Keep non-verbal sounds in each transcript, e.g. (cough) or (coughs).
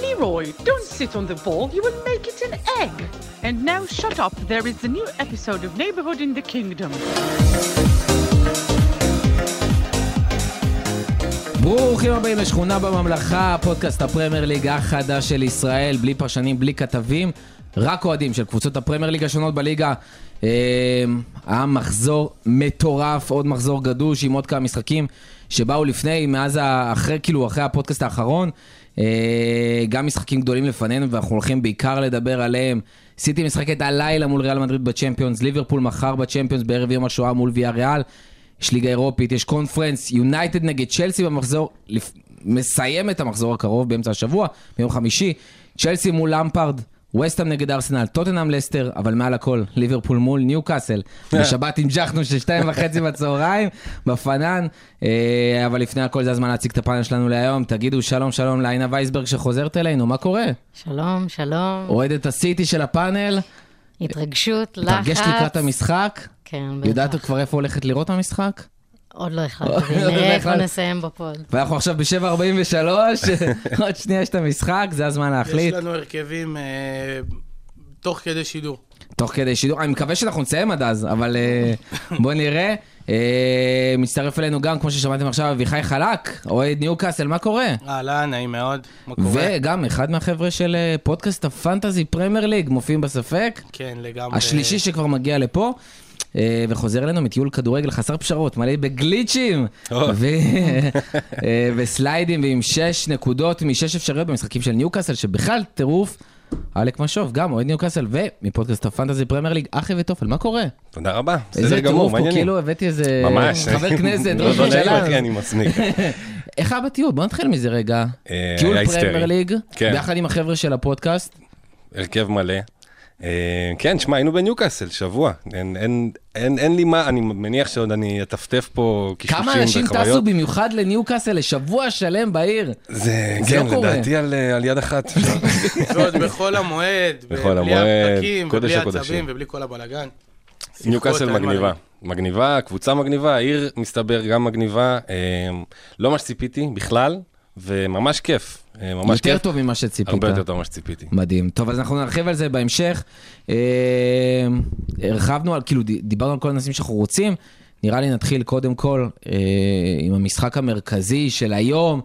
Leroy, don't sit on the ball. You will make it an egg. And now shut up. There is a new episode of Neighborhood in the Kingdom. ברוכים הבאים לשכונה בממלכה, פודקאסט הפרמייר ליג החדש של ישראל, בלי פרשנים, בלי כתבים, רק אוהדים של קבוצות הפרמייר ליג השונות בליגה. אה, המחזור מטורף, עוד מחזור גדוש עם עוד כמה משחקים שבאו לפני, מאז, ה- אחרי, כאילו, אחרי הפודקאסט האחרון. אה, גם משחקים גדולים לפנינו ואנחנו הולכים בעיקר לדבר עליהם. סיטי משחקת הלילה מול ריאל מדריד בצ'מפיונס, ליברפול מחר בצ'מפיונס בערב יום השואה מול ויה ריאל. יש ליגה אירופית, יש קונפרנס, יונייטד נגד צ'לסי במחזור, לפ... מסיים את המחזור הקרוב באמצע השבוע, ביום חמישי, צ'לסי מול למפרד, וסטאם נגד ארסנל, טוטנאם לסטר, אבל מעל הכל, ליברפול מול ניו קאסל. בשבת המשכנו של שתיים וחצי בצהריים, (laughs) בפנן, אה, אבל לפני הכל זה הזמן להציג את הפאנל שלנו להיום, תגידו שלום שלום לעינה וייסברג שחוזרת אלינו, מה קורה? שלום, שלום, אוהדת הסיטי של הפאנל, התרגשות, לחץ. תרגש לקראת המשחק, כן, בטח. יודעת כבר איפה הולכת לראות המשחק? עוד (laughs) לא עוד החלטתי, לא נראה איך החלטת. נסיים בפוד. ואנחנו עכשיו (laughs) ב-7.43, עוד שנייה יש את המשחק, זה הזמן יש להחליט, לנו הרכבים אה, תוך כדי שידור. תוך כדי שידור. אני מקווה שאנחנו נסיים עד אז, אבל אה, בוא נראה. אה, מצטרף אלינו גם, כמו ששמעתם עכשיו, אביחי חלק, אוהד ניוקאסל, מה קורה? אהלן, נעים מאוד, מה קורה? וגם אחד מהחבר'ה של אה, פודקאסט הפנטזי פרמייר ליג, מופיעים בספק, כן, אה, לגמרי. השלישי שכבר מגיע לפה. אה, וחוזר אלינו מטיול כדורגל חסר פשרות, מלא בגליצ'ים ו- אה, וסליידים ועם שש נקודות משש אפשריות במשחקים של ניוקאסל, שבכלל טירוף. אלק משוב, גם אוהד ניוקאסל, ומפודקאסט הפנטזי פרמייר ליג, אחי וטופל, מה קורה? תודה רבה, בסדר איזה גמור, טירוף פה, מעניינים. כאילו הבאתי איזה ממש. חבר כנסת, (laughs) לא ראש יודע איך ממשלה. אני מצניק. איך היה בטיול? בוא נתחיל מזה רגע. אה, היה טיול היסטרי. פרמייר ליג, כן. ביחד עם החבר'ה של הפודקאסט. הרכב מלא. אה, כן, שמע, היינו בניוקאסל שבוע. אין- אין- אין אין לי מה, אני מניח שעוד אני אטפטף פה קישושים כמה וחוויות. אנשים טסו במיוחד לניוקאסל לשבוע שלם בעיר? זה, זה כן, לא קורה. לדעתי על אה, על יד אחת. (laughs) ועוד בחול המועד, בכל בלי המועד, הפקקים, קודש ובלי הקודשים. עצבים, ובלי כל הבלאגן. ניוקאסל אין מה מגניבה. להגיד. מגניבה, קבוצה מגניבה, העיר מסתבר גם מגניבה. אה, לא מה שציפיתי בכלל, וממש כיף. אה, ממש יותר כיף. טוב ממה שציפית. הרבה יותר טוב ממה שציפיתי. מדהים. טוב, אז אנחנו נרחיב על זה בהמשך. אה, הרחבנו על, כאילו, ד- דיברנו על כל הנושאים שאנחנו רוצים. נראה לי נתחיל קודם כל אה, עם המשחק המרכזי של היום,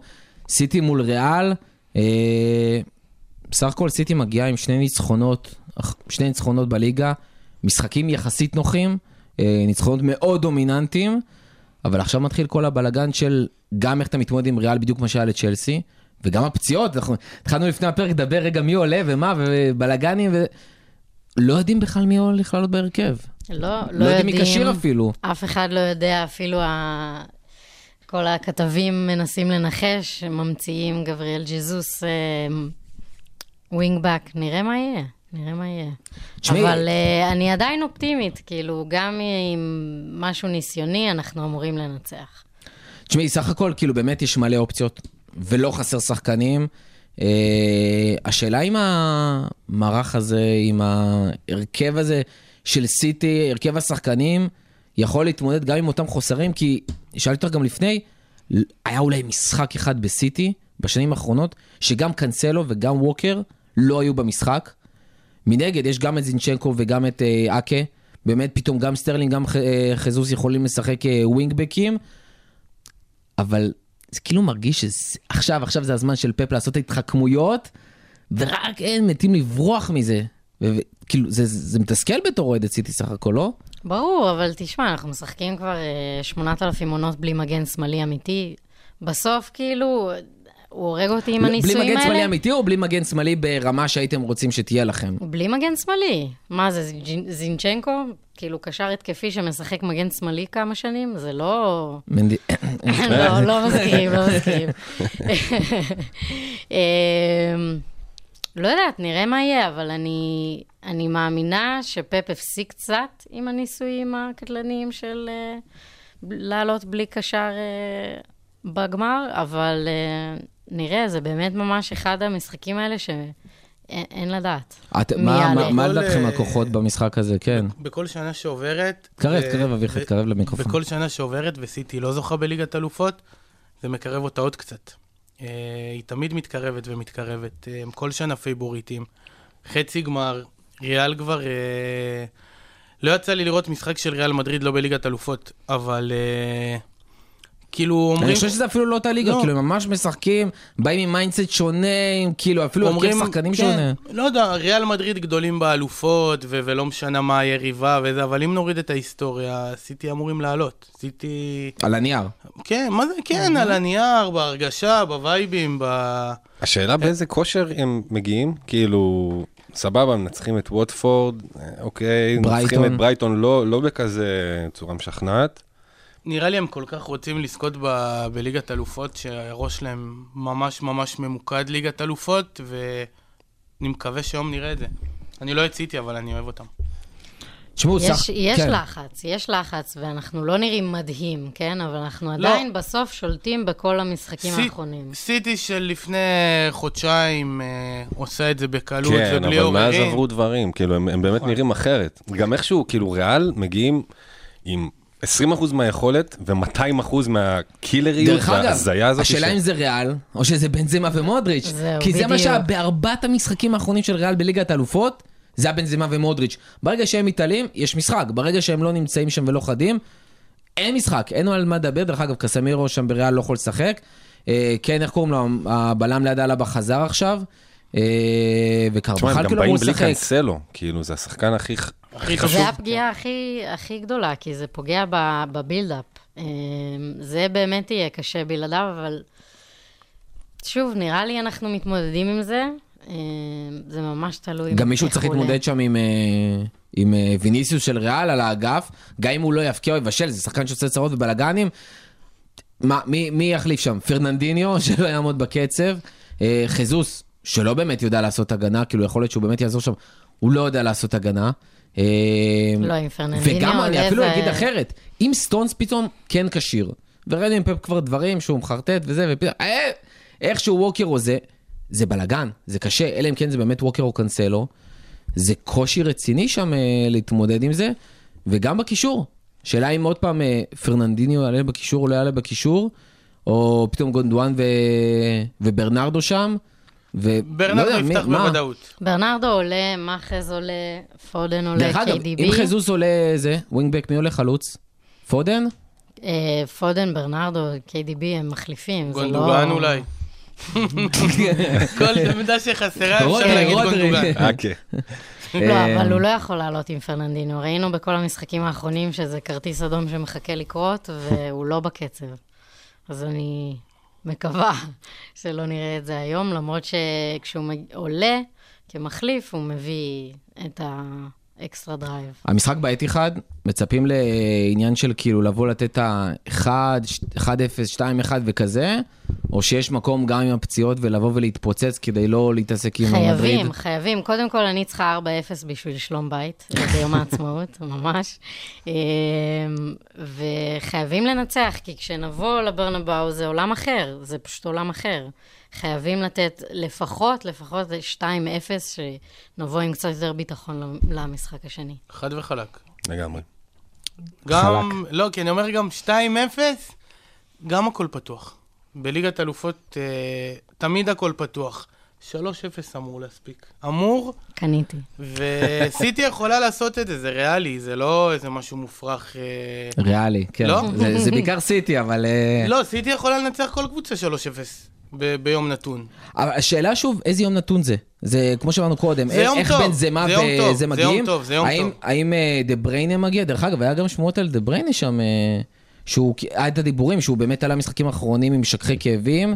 סיטי מול ריאל. אה, בסך הכל סיטי מגיעה עם שני ניצחונות, אח- שני ניצחונות בליגה, משחקים יחסית נוחים, אה, ניצחונות מאוד דומיננטיים, אבל עכשיו מתחיל כל הבלגן של גם איך אתה מתמודד עם ריאל, בדיוק מה שהיה לצ'לסי, וגם הפציעות, אנחנו התחלנו לפני הפרק לדבר רגע מי עולה ומה, ובלגנים, ולא יודעים בכלל מי עולה בכלל עוד בהרכב. לא, לא לא יודעים מי כשיר יודעים, אפילו. אף אחד לא יודע, אפילו ה... כל הכתבים מנסים לנחש, ממציאים גבריאל ג'זוס אה, ווינגבק, נראה מה יהיה, נראה מה יהיה. תשמעי- אבל אה, אני עדיין אופטימית, כאילו, גם עם משהו ניסיוני, אנחנו אמורים לנצח. תשמעי, סך הכל, כאילו, באמת יש מלא אופציות, ולא חסר שחקנים. אה, השאלה אם המערך הזה, אם ההרכב הזה של סיטי, הרכב השחקנים, יכול להתמודד גם עם אותם חוסרים, כי שאלתי אותך גם לפני, היה אולי משחק אחד בסיטי בשנים האחרונות, שגם קאנסלו וגם ווקר לא היו במשחק. מנגד, יש גם את זינצ'נקו וגם את אה, אקה. באמת, פתאום גם סטרלינג, גם ח- אה, חזוס יכולים לשחק אה, ווינגבקים. אבל זה כאילו מרגיש שעכשיו, עכשיו זה הזמן של פאפ לעשות התחכמויות, ורק אין, מתים לברוח מזה. וכאילו, זה, זה מתסכל בתור אוהד את סיטי סך הכל, לא? ברור, אבל תשמע, אנחנו משחקים כבר אה, 8,000 עונות בלי מגן שמאלי אמיתי. בסוף, כאילו, הוא הורג אותי עם הניסויים בלי האלה. מגן שמאלי אמיתי או בלי מגן שמאלי ברמה שהייתם רוצים שתהיה לכם? בלי מגן שמאלי. מה זה, זינ- זינצ'נקו? כאילו, קשר התקפי שמשחק מגן שמאלי כמה שנים? זה לא... מנדי... (coughs) לא, לא מסכים, לא מסכים. אמ, לא יודעת, נראה מה יהיה, אבל אני, אני מאמינה שפפ הפסיק קצת עם הניסויים הקטלניים של אה, ב- לעלות בלי קשר אה, בגמר, אבל אה, נראה, זה באמת ממש אחד המשחקים האלה שאין אין לדעת. את, מי מה, מה, יעלה? מה כל, לדעתכם אה, הכוחות במשחק הזה, כן? בכל שנה שעוברת... תקרב, אה, תקרב, אביחי, ב- תקרב למיקרופון. בכל שנה שעוברת, וסיטי לא זוכה בליגת אלופות, זה מקרב אותה עוד קצת. אה, היא תמיד מתקרבת ומתקרבת. אה, הם כל שנה פייבוריטים. חצי גמר, ריאל כבר... אה, לא יצא לי לראות משחק של ריאל מדריד, לא בליגת אלופות, אבל אה, כאילו אומרים... אני חושב שזה אפילו לא אותה ליגה, לא. כאילו הם ממש משחקים, באים עם מיינדסט שונה, עם כאילו אפילו הרכב שחקנים שונה. לא יודע, ריאל מדריד גדולים באלופות, ו- ולא משנה מה היריבה וזה, אבל אם נוריד את ההיסטוריה, סיטי אמורים לעלות. סיטי... על הנייר. כן, מה זה? כן, על הנייר, בהרגשה, בווייבים, ב... אה. השאלה באיזה כושר הם מגיעים, כאילו, סבבה, מנצחים את ווטפורד, אה, אוקיי, מנצחים ברייטון. את ברייטון, לא, לא בכזה צורה משכנעת. נראה לי הם כל כך רוצים לזכות ב... בליגת אלופות, שהראש שלהם ממש ממש ממוקד ליגת אלופות, ואני מקווה שהיום נראה את זה. אני לא הציתי, אבל אני אוהב אותם. תשמעו, יש, שח- יש כן. לחץ, יש לחץ, ואנחנו לא נראים מדהים, כן? אבל אנחנו לא. עדיין בסוף שולטים בכל המשחקים סי- האחרונים. סיטי של לפני חודשיים אה, עושה את זה בקלות כן, ובלי אבל מאז עוררין. עברו דברים, כאילו, הם, הם באמת נראים אחרת. גם איכשהו, כאילו, ריאל מגיעים עם 20% מהיכולת ו-200% מהקילריות דרך אגב, וההזיה הזאת. השאלה אם זה ריאל, או שזה בנזמה ומודריץ'. זהו, כי זה מה בדיוק. שבארבעת המשחקים האחרונים של ריאל בליגת האלופות, זה הבנזמה ומודריץ'. ברגע שהם מתעלים, יש משחק. ברגע שהם לא נמצאים שם ולא חדים, אין משחק, אין על מה לדבר. דרך אגב, קסמירו שם בריאל לא יכול לשחק. אה, כן, איך קוראים לו? הבלם ליד אלבה חזר עכשיו. אה, תשמע, הם וקרבחל גם כאילו אמור באים בלי לשחק. קאנסלו, כאילו, זה השחקן הכי ח- הכי חשוב. זה הפגיעה כן. הכי, הכי גדולה, כי זה פוגע ב- בבילדאפ. אמ, זה באמת יהיה קשה בלעדיו, אבל שוב, נראה לי אנחנו מתמודדים עם זה. אמ, זה ממש תלוי. גם מישהו איך צריך הוא עולה. להתמודד שם עם, אה, עם אה, ויניסיוס של ריאל על האגף, גם אם הוא לא יבקיע או יבשל, זה שחקן שעושה צרות ובלאגנים. מה, מי, מי יחליף שם? פרננדיניו, (laughs) שלא יעמוד בקצב. אה, חזוס, שלא באמת יודע לעשות הגנה, כאילו יכול להיות שהוא באמת יעזור שם, הוא לא יודע לעשות הגנה. אה, לא, עם פרננדיניו וגם עולה אני אפילו ו- אגיד אחרת, אם סטונס פתאום כן כשיר, וראינו עם פפ כבר דברים שהוא מחרטט וזה, ופתאום, אה, איכשהו ווקר או זה, זה בלאגן, זה קשה, אלא אם כן זה באמת ווקר או קאנסלו, זה קושי רציני שם אה, להתמודד עם זה, וגם בקישור. שאלה אם עוד פעם אה, פרננדיניו יעלה בקישור או לא יעלה בקישור, או פתאום גונדואן ו... וברנרדו שם, ו... ברנרדו לא יודע, מי- יפתח מה? בוודאות. ברנרדו עולה, מאחז עולה, פודן עולה, דרך אגב, אם KDB. חזוס עולה זה, ווינגבק מי עולה חלוץ? (laughs) פודן? אה, פודן, ברנרדו, KDB הם מחליפים. זה לא- גונדוגן אולי. כל עמדה שחסרה אפשר רודרי, להגיד רודרי. גונדוגן. אה, כן. לא, אבל הוא לא יכול לעלות עם פרננדינו. ראינו בכל המשחקים האחרונים שזה כרטיס אדום שמחכה לקרות, והוא לא בקצב. אז אני מקווה (laughs) שלא נראה את זה היום, למרות שכשהוא מג- עולה כמחליף, הוא מביא את האקסטרה דרייב. המשחק באתיחד, מצפים לעניין של כאילו לבוא לתת את ה-1, 1-0, 2-1 וכזה, או שיש מקום גם עם הפציעות ולבוא ולהתפוצץ כדי לא להתעסק עם מדריד. חייבים, חייבים. קודם כל, אני צריכה 4-0 בשביל שלום בית, ביום העצמאות, (laughs) ממש. אמ, וחייבים לנצח, כי כשנבוא לברנבאו זה עולם אחר, זה פשוט עולם אחר. חייבים לתת לפחות, לפחות 2-0, שנבוא עם קצת יותר ביטחון למשחק השני. חד וחלק. (laughs) לגמרי. גם, לא, כי אני אומר גם 2-0, גם הכל פתוח. בליגת אלופות אה, תמיד הכל פתוח. 3-0 אמור להספיק. אמור, קניתי. וסיטי (laughs) יכולה לעשות את זה, זה ריאלי, זה לא איזה משהו מופרך. אה, ריאלי, כן. לא? זה, זה בעיקר סיטי, אבל... אה, לא, סיטי יכולה לנצח כל קבוצה 3-0 ב- ביום נתון. אבל השאלה שוב, איזה יום נתון זה? זה כמו שאמרנו קודם, זה איך- יום איך טוב, בן זמה זה יום טוב, וזה זה מגיעים? יום טוב, זה יום האם- טוב. האם אה, דה בריינה מגיע? דרך אגב, היה גם שמועות על דה בריינה שם, אה, שהוא, היה את הדיבורים שהוא באמת עלה משחקים האחרונים עם משככי כאבים.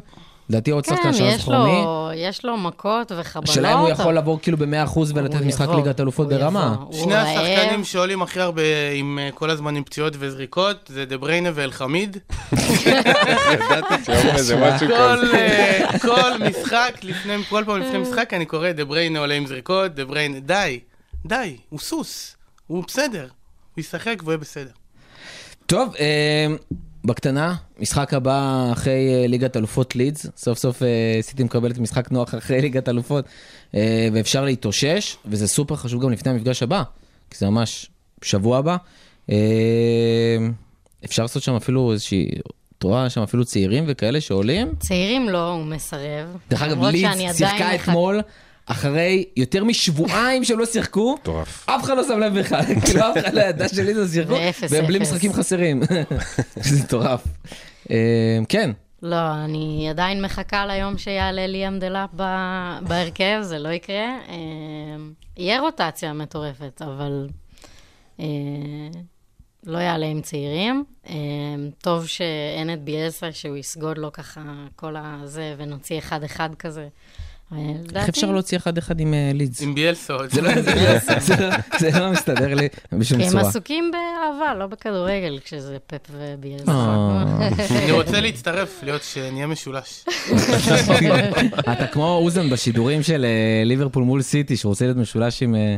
לדעתי עוד כן, שחקן שרס יש לו, חומי. יש לו מכות וחבלות. השאלה אם הוא יכול אבל- לעבור כאילו ב-100% ולתת הוא משחק יבוא, ליגת אלופות הוא ברמה. יבוא, הוא שני רעב. השחקנים שעולים הכי הרבה עם אה, כל הזמן עם פציעות וזריקות, זה דה בריינה ואלחמיד. ידעתי (laughs) שאומר איזה משהו כזה. כל, אה, כל משחק, לפני, כל פעם לפני משחק אני קורא דה בריינה עולה עם זריקות, דה בריינה, די, די, הוא סוס, הוא בסדר, הוא ישחק והוא יהיה בסדר. טוב, אה, בקטנה, משחק הבא אחרי אה, ליגת אלופות לידס. סוף סוף אה, סיטי מקבלת משחק נוח אחרי (laughs) ליגת אלופות, אה, ואפשר להתאושש, וזה סופר חשוב גם לפני המפגש הבא, כי זה ממש שבוע הבא. אה, אפשר לעשות שם אפילו איזושהי את רואה שם אפילו צעירים וכאלה שעולים. צעירים לא, הוא מסרב. דרך אגב, למרות שאני ליץ עדיין שיחקה מחכה- אתמול, אחרי יותר משבועיים שלא שיחקו, מטורף. אף אחד לא שם לב בכלל, (laughs) כאילו אף אחד לא ידע שליץ שיחקו, ואפס, והם בלי אפס. משחקים חסרים. (laughs) זה מטורף. אה, כן, לא, אני עדיין מחכה ליום שיעלה ליאם דלאפ ב- בהרכב, זה לא יקרה. אמ, יהיה רוטציה מטורפת, אבל אה, לא יעלה עם צעירים. אמ, טוב שאין את ביאסה, שהוא יסגוד לו ככה כל הזה, ונוציא אחד-אחד כזה. אה, איך לדעתי- אפשר להוציא אחד-אחד עם אה, לידס? עם ביאלסה (laughs) עוד. זה לא- זה לא- זה לא- זה לא מסתדר לי בשום כי הם צורה. עסוקים באהבה, לא בכדורגל, כשזה פפ וביאסה. אה. אני רוצה להצטרף, להיות שנהיה משולש. (laughs) אתה כמו אוזן בשידורים של אה, ליברפול מול סיטי, שרוצה להיות משולש עם... אה,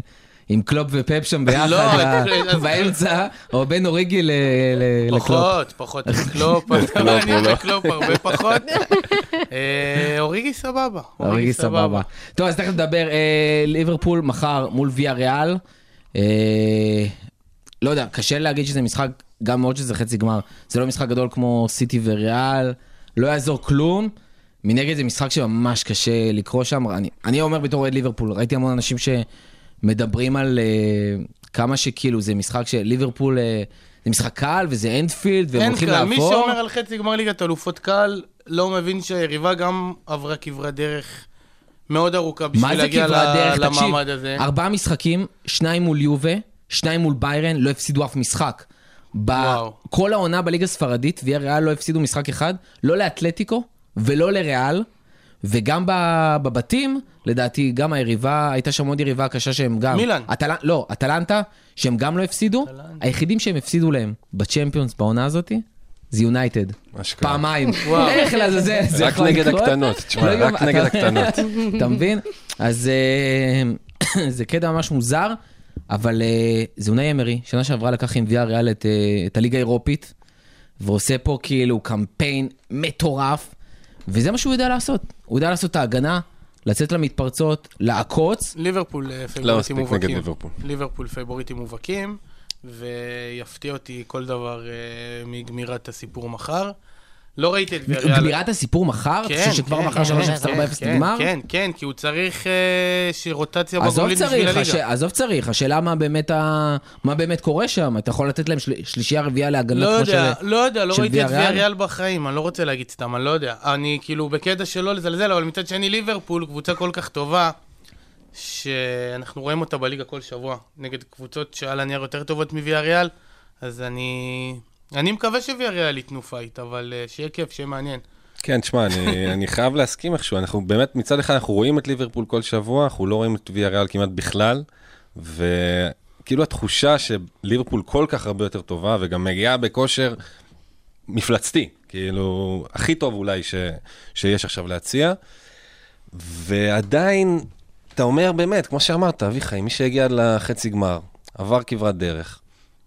עם קלופ ופאפ שם ביחד, לא, (laughs) ה- אז- באמצע, או בין אוריגי ל- ל- אוקיי. לקלופ. לא? פחות, פחות. קלופ, אבל אני אוהב את קלופ הרבה פחות. אה, אוריגי סבבה. אוריגי סבבה. טוב, אז תכף נדבר. אה, ליברפול מחר מול ויה ריאל. אה, לא יודע, קשה להגיד שזה משחק, גם מאוד שזה חצי גמר. זה לא משחק גדול כמו סיטי וריאל, לא יעזור כלום. מנגד זה משחק שממש קשה לקרוא שם. אני, אני אומר בתור אוהד ליברפול, ראיתי המון אנשים שמדברים על אה, כמה שכאילו זה משחק של ליברפול, אה, זה משחק קל וזה אנדפילד, והם אין הולכים קל, לעבור. מי שאומר על חצי גמר ליגת אלופות קל, לא מבין שהיריבה גם עברה כברת דרך מאוד ארוכה מה בשביל זה להגיע כברת ל- דרך? תקשיב, למעמד הזה. ארבעה משחקים, שניים מול יובה, שניים מול ביירן, לא הפסידו אף משחק. ב- וואו. כל העונה בליגה הספרדית, ויה ריאל לא הפסידו משחק אחד, לא לאתלטיקו ולא לריאל, וגם ב- בבתים, לדעתי, גם היריבה, הייתה שם עוד יריבה קשה שהם גם... מילאן. אטל... לא, אטלנטה, שהם גם לא הפסידו. אטלנטה. היחידים שהם הפסידו להם בצ'מפיונס בעונה הזאת, זה יונייטד. אשכרה. פעמיים. איך לעזאזל, זה רק יכול נגד לקרות? הקטנות, תשמע, לא יאומן. רק נגד הקטנות. אתה מבין? אז אה, (coughs) זה קטע ממש מוזר, אבל אה, זה אונאי אמרי, שנה שעברה לקח עם ויה ריאל את, אה, את הליגה האירופית, ועושה פה כאילו קמפיין מטורף, וזה מה שהוא יודע לעשות. הוא יודע לעשות את ההגנה, לצאת למתפרצות, לעקוץ. ליברפול אה, לא פייבוריטים מספיק נגד מובהקים. ליברפול. ליברפול פייבוריטים מובהקים, ויפתיע אותי כל דבר אה, מגמירת הסיפור מחר. לא ראיתי את ויאריאל. גמירת הסיפור מחר? אתה חושב שכבר כן, מחר 3-0-4-0 כן, נגמר? כן, כן, כי הוא צריך אה, שרוטציה עזוב בגולית בשביל צריך, הש... הליגה. עזוב צריך, השאלה מה באמת, ה... מה באמת קורה שם, אתה יכול לתת להם של... שלישייה רביעייה להגנה לא כמו יודע, של... לא יודע, לא של ראיתי את ויאריאל? ויאריאל בחיים, אני לא רוצה להגיד סתם, אני לא יודע. אני כאילו בקטע שלא לזלזל, אבל מצד שני ליברפול, קבוצה כל כך טובה, שאנחנו רואים אותה בליגה כל שבוע, נגד קבוצות שעל הנייר יותר טובות מוויאריאל, אז אני... אני מקווה שוויאריאל ייתנו פייט, אבל אה, שיהיה כיף, שיהיה מעניין. כן, תשמע, אני, (laughs) אני חייב להסכים איכשהו, אנחנו באמת, מצד אחד אנחנו רואים את ליברפול כל שבוע, אנחנו לא רואים את ויה ריאל כמעט בכלל, וכאילו התחושה שליברפול כל כך הרבה יותר טובה, וגם מגיעה בכושר מפלצתי, כאילו, הכי טוב אולי ש, שיש עכשיו להציע, ועדיין, אתה אומר באמת, כמו שאמרת, אביחי, מי שהגיע לחצי גמר, עבר כברת דרך.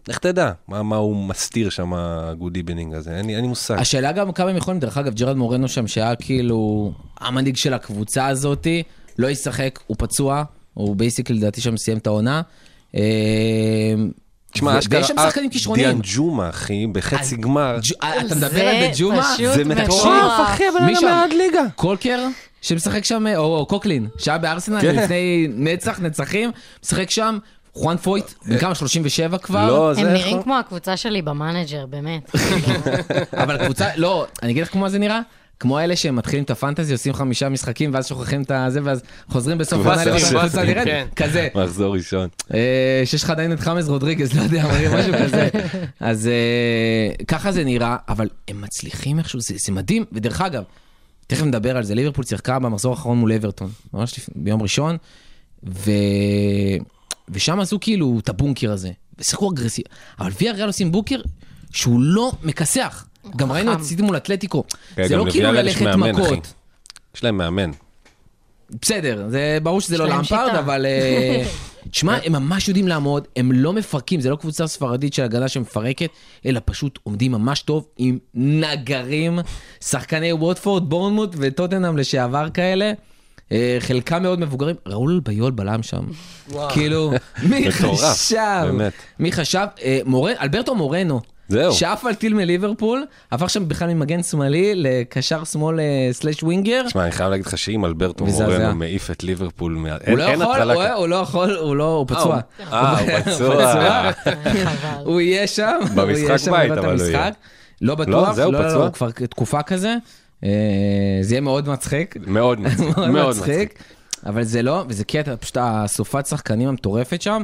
איך תדע מה, מה הוא מסתיר שם, הגוד איבנינג הזה? אין לי, אין לי מושג. השאלה גם כמה הם יכולים, דרך אגב, ג'רד מורנו שם, שהיה כאילו המנהיג של הקבוצה הזאתי, לא ישחק, הוא פצוע, הוא בייסיק לדעתי שם סיים את העונה. אה, תשמע, ו- אשכרה, ויש שם שחקנים אה, כישרוניים. דיאן ג'ומה, אחי, בחצי גמר. ג'- אה, אתה מדבר על בג'ומה? פשוט זה מטורף, מטורף. אחי, הבן מי אדם שם? מעד ליגה. קולקר, שמשחק שם, או, או קוקלין, שהיה בארסנל כן. לפני נצח, נצחים, משחק שם, חואן פויט, בן כמה? 37 כבר? אה, לא, זה הם נראים יכול- כמו הקבוצה שלי במאנג'ר, באמת. אבל קבוצה, לא, אני אגיד לך כמו זה נראה. כמו אלה שהם מתחילים את הפנטזי, עושים חמישה משחקים, ואז שוכחים את הזה, ואז חוזרים בסוף קבוצה העונה לראות של- שהקבוצה נראית, כן. כזה. מחזור ראשון. אה, שיש לך עדיין את חמאס רודריגז, לא יודע, אומרים משהו כזה. אז אה, ככה זה נראה, אבל הם מצליחים איכשהו, זה, זה מדהים. ודרך אגב, תכף נדבר על זה, ליברפול שיחקה במחזור האחרון מול אברטון, ממש לפ... ביום ראשון, ו... ושם עשו כאילו את הבונקר הזה, ושיחקו אגרסיב. אבל ויה ריאל עושים בונקר שהוא לא מכסח. גם ראינו את חכם. סיטי מול אתלטיקו. כן, זה גם לא כאילו לוויאריאל יש ללכת מאמן, אחי. מכות. יש להם מאמן. בסדר, זה ברור שזה יש לא להם למפרד, שיטה. אבל... (laughs) אה, תשמע, הם ממש יודעים לעמוד, הם לא מפרקים, זה לא קבוצה ספרדית של הגנה שמפרקת, אלא פשוט עומדים ממש טוב עם נגרים, שחקני ווטפורד, בורנמוט וטוטנאם לשעבר כאלה. אה, חלקם מאוד מבוגרים, ראול ביול בלם שם. כאילו, מי (laughs) מטורף, חשב? באמת. מי חשב? אה, מורן- אלברטו מורנו, זהו. שאף על טיל מליברפול, הפך שם בכלל ממגן שמאלי לקשר שמאל אה, סלאש ווינגר. תשמע, אני חייב להגיד לך שאם אלברטו מזעזע. מורנו מעיף את ליברפול, מה- הוא אין לא אין יכול, הטרלה הוא- כזאת. הוא לא יכול, הוא לא, הוא פצוע. אה, הוא פצוע. חבל. הוא יהיה שם, הוא במשחק יהיה שם בית, לראות את אבל הוא המשחק. יהיה. לא בטוח, זהו, לא, לא, פצוע. לא, כבר תקופה כזה. אה, זה יהיה מאוד מצחיק. (laughs) מאוד מצחיק, מאוד מאוד מצחיק. מצחיק. אבל זה לא, וזה קטע, פשוט הסופת שחקנים המטורפת שם.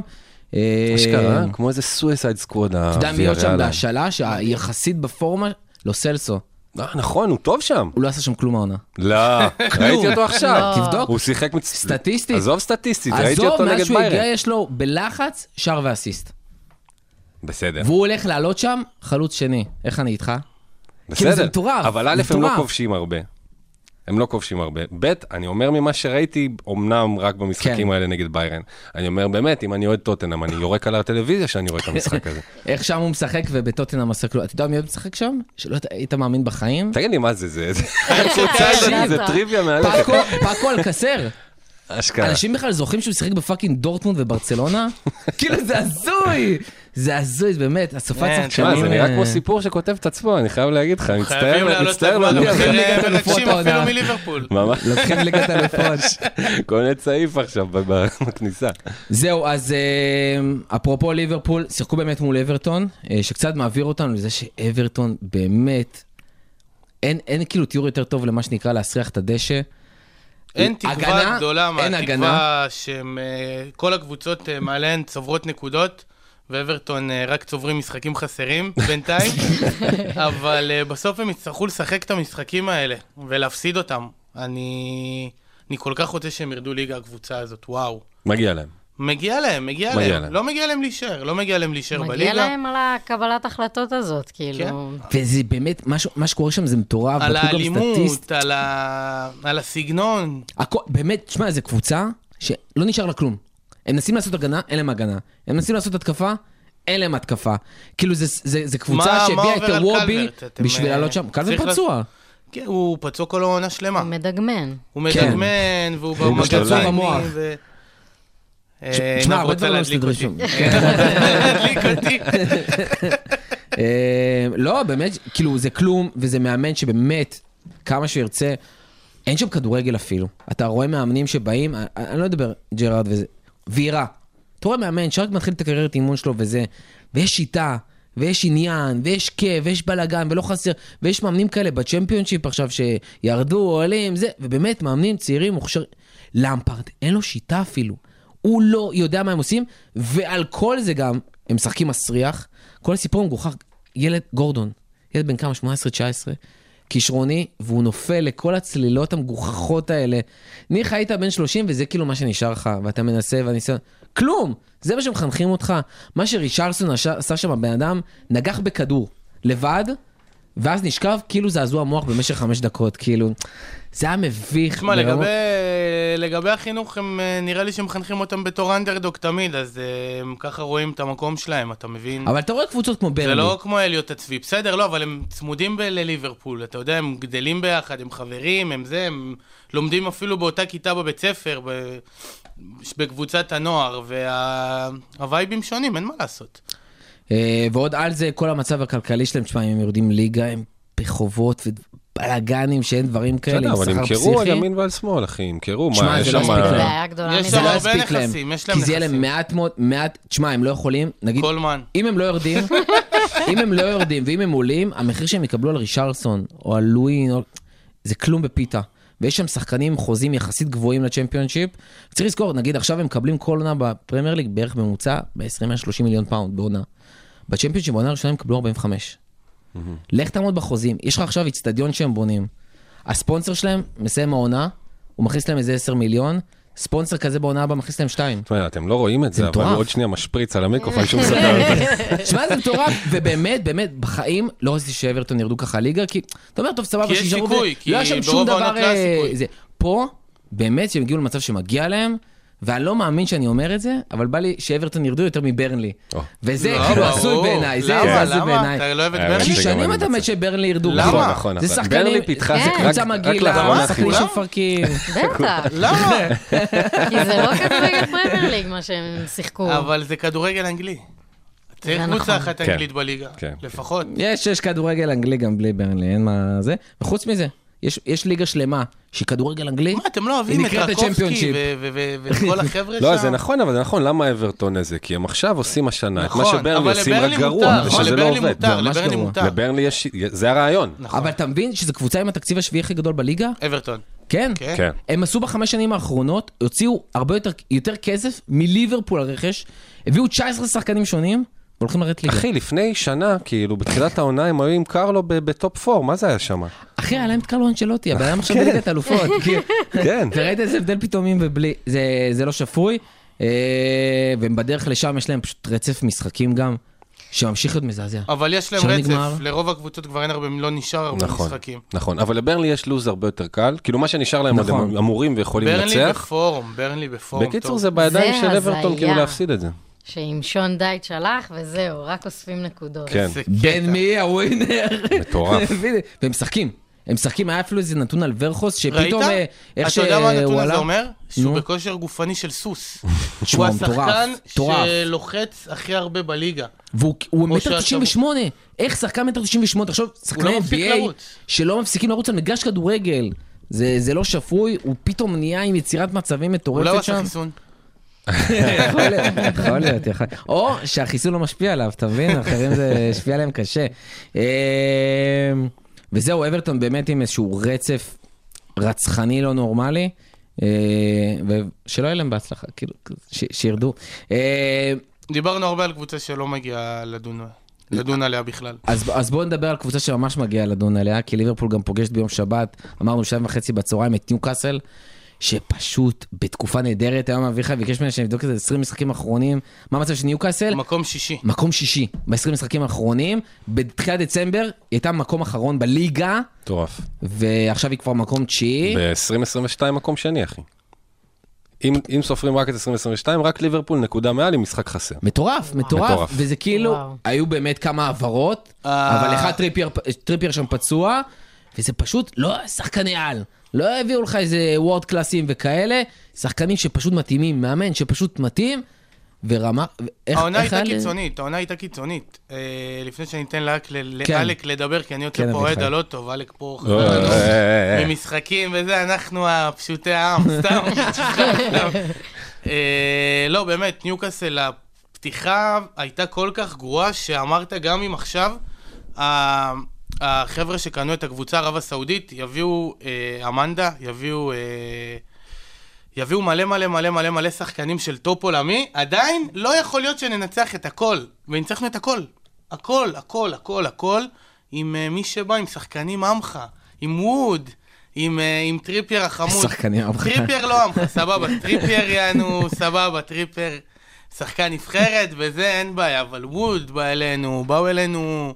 אה, אשכרה, כמו איזה סויסייד סקווד. אתה יודע מי עוד שם בהשאלה, שיחסית בפורמה, לא סלסו. נכון, הוא טוב שם. הוא לא עשה שם כלום העונה. (laughs) לא, ראיתי אותו עכשיו. לא. תבדוק. הוא שיחק... מצ- סטטיסטית. עזוב סטטיסטית, ראיתי עזוב, אותו מאז נגד שהוא הגיע ביירן. יש לו בלחץ, שער ואסיסט. בסדר, והוא הולך לעלות שם, חלוץ שני. איך אני איתך? כאילו, זה בסדר. מטורף, אבל א', הם לא מטורף. כובשים הרבה. הם לא כובשים הרבה. ב', אני אומר ממה שראיתי, אמנם רק במשחקים כן. האלה נגד ביירן. אני אומר, באמת, אם אני אוהד טוטנאם, אני יורק על הטלוויזיה שאני רואה את (laughs) המשחק הזה. איך שם הוא משחק ובטוטנאם עשה כלום. אתה יודע מי עוד משחק שם? שלא היית- היית מאמין בחיים? תגיד לי, מה זה, (laughs) זה? זה- הקבוצה הזאת, זה טריוויה מהלכת. פאקו, פאקו אלקסר. אשכרה. אנשים בכלל זוכרים שהוא שיחק בפאקינג דורטמונד וברצלונה? כאילו זה הזוי! זה הזוי, זה באמת, הסופת כן, תשמע, שחקנים... זה נראה אה, כמו סיפור שכותב את עצמו, אני חייב להגיד לך, אני חייבים מצטער, לעלות מצטער, לגמר, לא- לגמרי. אבל כן, הם ליגת אלופות מרגשים אפילו העונה. מליברפול. ממש, לוקחים ליגת אלופות. קונה צעיף עכשיו ב- ב- בכניסה. זהו, אז אה, אפרופו ליברפול, שיחקו באמת מול אברטון, אה, שקצת מעביר אותנו לזה שאברטון באמת, אין, אין כאילו תיאור יותר טוב למה שנקרא להסריח את הדשא. אין תקווה הגנה, גדולה אין הגנה. מהתקווה שכל הקבוצות אה, מעליהן צוברות נקודות, ואברטון אה, רק צוברים משחקים חסרים (laughs) בינתיים, אבל אה, בסוף הם יצטרכו לשחק את המשחקים האלה ולהפסיד אותם. אני, אני כל כך רוצה שהם ירדו ליגה הקבוצה הזאת, וואו. מגיע להם. מגיע להם, מגיע, מגיע להם. להם. לא מגיע להם להישאר, לא מגיע להם להישאר בליגה. כן. מגיע להם על הקבלת החלטות הזאת, כאילו. וזה באמת, משהו, מה שקורה שם זה מטורף, על בדקו גם סטטיסט. האלימות, על, ה... על הסגנון. הכל, באמת, תשמע, זו קבוצה שלא נשאר לה כלום. הם מנסים לעשות הגנה, אין להם הגנה. הם מנסים לעשות התקפה, אין להם התקפה. כאילו, זה- זה זה מה- קבוצה מה שהביאה את עובר על הוובי קלברט? אתם, בשביל אה, לעלות שם. קלברט צריך לעשות- פצוע. כן, הוא פצוע כל העונה שלמה. הוא מדגמן. הוא כן. מדגמן, והוא הוא במגע משתולל. במוח. ו... ש- אה, תשמע, נאוה הרבה רוצה דברים לא להדליק אותי. כן. מסתדרים שם. (laughs) להדליק אותי. אה, לא, באמת, כאילו, זה כלום, וזה מאמן שבאמת, כמה שירצה, אין שם כדורגל אפילו. אתה רואה מאמנים שבאים, אני- אני לא אדבר ג'רארד וזה, וירה. אתה רואה מאמן שרק מתחיל את הקריירת אימון שלו וזה, ויש שיטה, ויש עניין, ויש כיף, ויש בלאגן, ולא חסר, ויש מאמנים כאלה בצ'מפיונשיפ עכשיו שירדו, עולים, זה, ובאמת, מאמנים צעירים, מוכשרים. למפרט, אין לו שיטה אפילו. הוא לא יודע מה הם עושים, ועל כל זה גם, הם משחקים מסריח. כל הסיפור הוא מגוחך. ילד, גורדון, ילד בן כמה? 18-19, כישרוני, והוא נופל לכל הצלילות המגוחכות האלה. ניחא היית בן 30 וזה כאילו מה שנשאר לך, ואתה מנסה והניסיון... כלום! זה מה שמחנכים אותך. מה שרישרסון עשה- עשה שם, הבן אדם נגח בכדור, לבד, ואז נשכב כאילו זעזוע מוח במשך חמש דקות, כאילו... זה היה מביך. תשמע, ברמות- לגבי, לגבי החינוך, הם, אה, נראה לי שמחנכים אותם בתור אנדרדוג תמיד, אז אה, הם ככה רואים את המקום שלהם, אתה מבין? אבל אתה רואה קבוצות כמו ברנלי. זה לא כמו אליוט הצבי, בסדר, לא, אבל הם צמודים ב- לליברפול, אתה יודע, הם גדלים ביחד, הם חברים, הם זה, הם לומדים אפילו באותה כיתה בבית ספר, ב... בקבוצת הנוער, והווייבים שונים, אין מה לעשות. אה, ועוד על זה, כל המצב הכלכלי שלהם, תשמע, אם הם יורדים ליגה, הם בחובות ובלאגנים שאין דברים כאלה, בסדר, כן, עם אבל שכר ימכרו על פסיכי. ימין ועל שמאל, אחי, ימכרו. שמע, מה, זה יש לא שם... מספיק להם. בעיה גדולה יש זה שם לא מזה. הרבה יספיק נכסים, להם, יש להם כי זה יהיה להם נכסים. מעט מאוד, מעט, תשמע, הם לא יכולים, נגיד, קולמן. אם הם לא יורדים, אם הם לא יורדים ואם הם עולים, המחיר שהם יקבלו על רישרסון או על לואין, או... זה כלום בפיתה. ויש שם שחקנים עם חוזים יחסית גבוהים לצ'מפיונשיפ. צריך לזכור, נגיד עכשיו הם מקבלים כל עונה בפרמייר ליג בערך ממוצע ב-20-30 מיליון פאונד בעונה. בצ'מפיונשיפ בעונה הראשונה הם קיבלו 45. לך תעמוד בחוזים, יש לך עכשיו איצטדיון שהם בונים. הספונסר שלהם מסיים העונה, הוא מכניס להם איזה 10 מיליון, ספונסר כזה בעונה הבאה מכניס להם 2. תשמע, אתם לא רואים את זה, אבל מטורף. הוא עוד שנייה משפריץ על אה, המיקרופון שהוא מספר את זה. שמע, זה מטורף, ובאמת, באמת, בחיים לא רציתי שאברטון ירדו ככה ליגה, כי אתה אומר, טוב, סבבה, כי יש שישארו סיכוי, בזה." כי לא היה שם שום ברוב דבר... העונות לא היה אה, סיכוי. זה. פה, באמת, שהם הגיעו למצב שמגיע להם, ואני לא מאמין שאני אומר את זה, אבל בא לי שאברטון ירדו יותר מברנלי. או. וזה לא, כאילו ברור. הזוי בעיניי, זה כאילו למה? הזוי למה? בעיניי. אתה לא אוהב את אה, ברלי? כי זה גם שנים אני אתה מצא. מת שברנלי ירדו. למה? כאילו. נכון, נכון, זה נכון. שחקנים... כן, ברלי פיתחה, זה זה רק- אה, קבוצה רק מגעילה, לאחרונה זה שחקנים כולם? שמפרקים. בטח, (laughs) (laughs) למה? נכון. (laughs) כי זה לא כדורגל פרמייר ליג מה שהם שיחקו. אבל זה כדורגל אנגלי. צריך זה קבוצה נכון. אחת כן. אנגלית בליגה, כן. לפחות. יש, יש כדורגל אנגלי גם בלי ברנלי, אין מה זה. וחוץ מזה, יש, יש ליגה שלמה שהיא כדורגל אנגלי. מה, אתם לא אוהבים את נקראת רקובסקי הצ'מפיונשיפ. ו- ו- ו- (laughs) וכל החבר'ה שם? לא, זה נכון, אבל זה נכון, למה אברטון איזה? כי הם עכשיו עושים השנה את מה נכון, שברלי אבל עושים רק לברלי גרוע, מותר, נכון, ושזה לא לברלי עובד. מותר, ממש לברלי גרוע. מותר. לברלי יש... זה הרעיון. נכון. אבל אתה מבין שזו קבוצה עם התקציב השביעי הכי גדול בליגה? אברטון. כן. כן. כן. הם עשו בחמש שנים האחרונות, הוציאו הרבה יותר, יותר כסף מליברפול על רכש, הביאו 19 שחקנים שונים, והולכים לרדת ליגה. אחי, לפני שנה, כאילו, בתחילת העונה הם היו עם קרלו ב- בטופ 4, מה זה היה (laughs) שם? אחי, היה להם את קרלו אנצ'לוטי, הבן אדם עכשיו בליגת אלופות. כאילו. כן. וראית איזה הבדל פתאום עם ובלי, זה- זה לא שפוי. אה, והם בדרך לשם, יש להם פשוט רצף משחקים גם, שממשיך להיות מזעזע. אבל יש להם שם נגמר. רצף, לרוב הקבוצות כבר אין הרבה, לא נשאר הרבה נכון, משחקים. נכון, אבל לברלי יש לוז הרבה יותר קל, כאילו מה שנשאר להם עוד נכון. הם אמורים ויכולים ברנלי לנצח. בפורום, ברנלי בפורום. בקיצור, טוב. זה בידיים זה של אברטון הזיה. כאילו להפסיד את זה. שעם שון דייט שלח, וזהו, רק אוספים נקודות. כן, איזה בן קטע. מי הווינר? (laughs) מטורף. בדיוק. והם משחקים. הם משחקים, היה אפילו איזה נתון על ורכוס, ראית? שפתאום אה, איך אתה יודע מה הנתון שהוא הזה עלה. אומר? שהוא נו. בכושר גופני של סוס. הוא תשמע, הוא מטורף, השחקן מטורף. שלוחץ הכי הרבה בליגה. והוא הוא או מטר שעכשיו- 98, איך שחקן מטר 98, תחשוב, שחקני מפסיק NBA לרוץ. שלא מפסיקים לרוץ על מגרש כדורגל. זה, זה לא שפוי, הוא פתאום נהיה עם יצירת מצבים אולי מטורפת הוא עשה שם. חיסון. (laughs) יכול להיות, יכול להיות, יכול להיות. או שהחיסון לא משפיע עליו, אתה מבין? אחרים (laughs) זה השפיע עליהם קשה. אמ, וזהו, אברטון באמת עם איזשהו רצף רצחני לא נורמלי, אה, ושלא יהיה להם בהצלחה, כאילו, ש- שירדו. אה, דיברנו הרבה על קבוצה שלא מגיעה לדון לדון עליה בכלל. אז, אז בואו נדבר על קבוצה שממש מגיעה לדון עליה, כי ליברפול גם פוגשת ביום שבת, אמרנו שתיים וחצי בצהריים את ניוקאסל, שפשוט בתקופה נהדרת, היום אביחי ביקש ממני שאני אבדוק את זה 20 משחקים אחרונים, מה המצב של ניוקאסל? מקום שישי. מקום שישי ב-20 משחקים האחרונים, בתחילת דצמבר היא הייתה מקום אחרון בליגה, מטורף. ועכשיו היא כבר מקום תשיעי. ב-2022 מקום שני, אחי. אם, אם סופרים רק את 2022, רק ליברפול נקודה מעל עם משחק חסר. מטורף, מטורף, מטורף. וזה כאילו, וואו. היו באמת כמה העברות, אה. אבל אחד טריפייר- טריפייר שם פצוע, וזה פשוט לא שחקני על. לא הביאו לך איזה וורד קלאסים וכאלה, שחקנים שפשוט מתאימים, מאמן שפשוט מתאים, ורמה... איך- העונה איך הייתה היה ל- קיצונית, העונה הייתה קיצונית. אה, לפני שאני אתן לאק- ל- כן. לאלק לדבר, כי אני כן, יוצא פה אוהד אביחי. הלא טוב, אלק פה אה, אה, חבר לנו אה, אה. ממשחקים וזה, אנחנו הפשוטי העם, (laughs) סתם. סתם. אה, לא, באמת, ניוקאסל, הפתיחה הייתה כל כך גרועה, שאמרת גם אם עכשיו, ה- החבר'ה שקנו את הקבוצה הרב הסעודית יביאו אה, אמנדה, יביאו... אה, יביאו מלא מלא מלא מלא מלא שחקנים של טופ עולמי, עדיין לא יכול להיות שננצח את הכל. וניצחנו את הכל. הכל, הכל, הכל, הכל, עם אה, מי שבא, עם שחקנים עמך, עם ווד, עם, אה, עם טריפייר החמוד. שחקנים עמך. טריפייר לא עמך, סבבה, טריפייר יענו, סבבה, טריפייר שחקן נבחרת, וזה אין בעיה, אבל ווד בא אלינו, באו אלינו...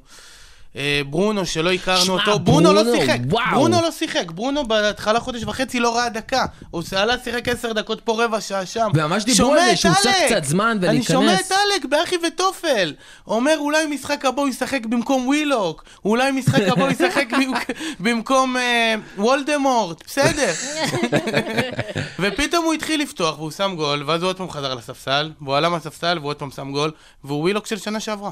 אה, ברונו שלא הכרנו שמע, אותו, ברונו לא ברונו, שיחק, וואו. ברונו לא שיחק, ברונו בהתחלה חודש וחצי לא ראה דקה. הוא עלה שיחק עשר דקות פה רבע שעה שם. וממש דיברו שומע על זה את שהוא צריך אלק. קצת זמן ולהיכנס. אני שומע את אלק באחי ותופל. אומר אולי משחק הבא הוא ישחק במקום ווילוק, אולי משחק הבא הוא (laughs) ישחק במק- במקום אה, וולדמורט, (laughs) בסדר. ופתאום הוא התחיל לפתוח והוא שם גול, ואז הוא עוד פעם חזר לספסל, והוא עלה מהספסל והוא עוד פעם שם גול, והוא ווילוק של שנה שעברה.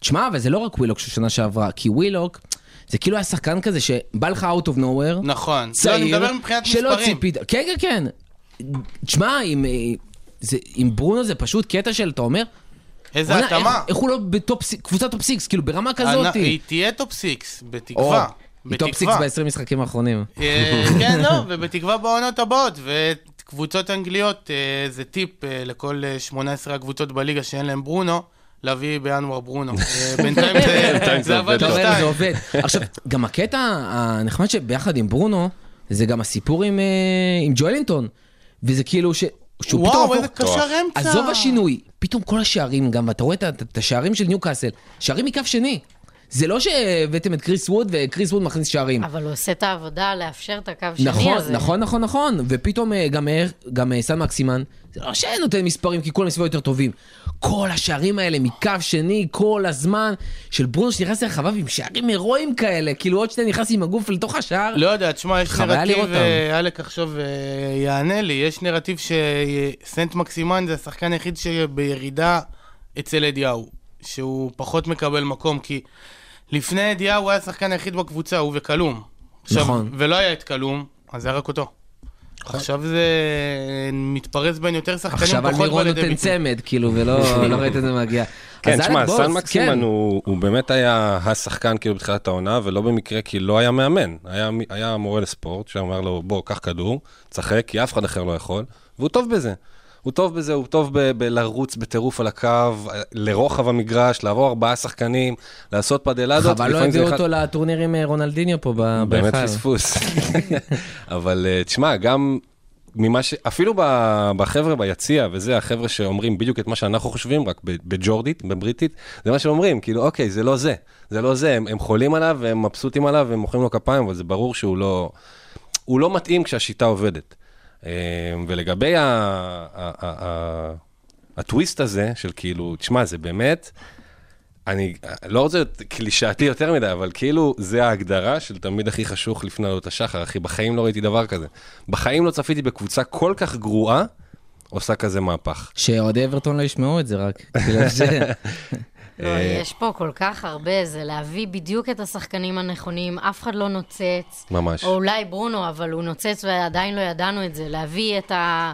תשמע, אבל זה לא רק ווילוק של שנה שעברה, כי ווילוק, זה כאילו היה שחקן כזה שבא לך out of nowhere. נכון. לא, אני צעיר, מדבר מבחינת שלא מספרים. ציפית, כן, כן, כן. תשמע, עם, אה, זה, עם ברונו זה פשוט קטע של, אתה אומר, איזה "וואלה, התאמה. איך, איך הוא לא בטופ, סי- קבוצת טופ סיקס, כאילו ברמה כזאת. אני- היא תהיה טופ סיקס, או, בתקווה. היא טופ סיקס בתקווה. ב-20 משחקים האחרונים. אה, כן, לא, ובתקווה בעונות הבאות, וקבוצות אנגליות, אה, זה טיפ אה, לכל אה, 18 הקבוצות בליגה שאין להם ברונו, להביא בינואר ברונו. אה, בינתיים זה- כן, בינתיים זה זה עבד עובד אתה לו לא. רואה, זה שתיים. עובד. עכשיו, גם הקטע הנחמד שביחד עם ברונו, זה גם הסיפור עם, אה, עם ג'ואלינטון. וזה כאילו ש... שהוא פתאום וואו, הפוך- איזה קשר אמצע. עזוב השינוי, פתאום כל השערים גם, ואתה רואה את ה- את השערים של ניוקאסל, שערים מכף שני. זה לא שהבאתם את קריס ווד וקריס ווד מכניס שערים. אבל הוא עושה את העבודה לאפשר את הקו שני נכון, הזה. נכון, נכון, נכון, ופתאום אה, גם, אה, גם אה, סן מקסימן, זה לא שנותן מספרים כי כולם מסביבו יותר טובים. כל השערים האלה מקו שני, כל הזמן, של ברונו שנכנס לרחבה עם שערים הירואים כאלה, כאילו עוד שניה נכנס עם הגוף לתוך השער. לא יודע, תשמע, יש חוויה לראות נרטיב, אותם. אה, אלק עכשיו אה, יענה לי, יש נרטיב שסנט מקסימן זה השחקן היחיד שבירידה אצל אדיהו. שהוא פחות מקבל מקום, כי לפני הידיעה הוא היה השחקן היחיד בקבוצה, הוא וקלום. עכשיו, נכון. ולא היה את קלום, אז היה רק אותו. עכשיו זה אה, מתפרס בין יותר שחקנים, עכשיו לא על פחות בא לירון לידי נותן ביטוי. צמד, כאילו, ולא לא ראית את זה מגיע. (laughs) כן, אז תשמע, אלק בוס, סן מקסימן כן. הוא הוא באמת היה השחקן כאילו בתחילת העונה, ולא במקרה כי לא היה מאמן. היה מ- היה מורה לספורט שאמר לו, בוא, קח כדור, תשחק, כי אף אחד אחר לא יכול, והוא טוב בזה. הוא טוב בזה, הוא טוב ב- בלרוץ בטירוף על הקו, לרוחב המגרש, לעבור ארבעה שחקנים, לעשות פדלדות. חבל לא ולפעמים זה הביאו אחד- אותו לטורניר עם אה, רונלדיניו פה ב- באמת בהיכל. (laughs) פספוס. אבל אה, תשמע, גם ממה ש... אפילו ב- בחבר'ה ביציע, וזה החבר'ה שאומרים בדיוק את מה שאנחנו חושבים, רק ב- בג'ורדית, בבריטית, זה מה שאומרים, כאילו, אוקיי, זה לא זה. זה לא זה, הם, הם חולים עליו, והם מבסוטים עליו, והם מוחאים לו כפיים, אבל זה ברור שהוא לא... הוא לא מתאים כשהשיטה עובדת. אה, ולגבי ה... ה... ה... ה... הטוויסט הזה, של כאילו, תשמע, זה באמת... אני לא רוצה להיות קלישאתי יותר מדי, אבל כאילו, זה ההגדרה של תמיד הכי חשוך לפני עלות השחר, אחי, בחיים לא ראיתי דבר כזה. בחיים לא צפיתי בקבוצה כל כך גרועה, עושה כזה מהפך. שאוהדי אברטון לא ישמעו את זה (laughs) רק. כאילו, ש- לא, יש פה כל כך הרבה, זה להביא בדיוק את השחקנים הנכונים, אף אחד לא נוצץ. ממש. או אולי ברונו, אבל הוא נוצץ ועדיין לא ידענו את זה. להביא את, ה...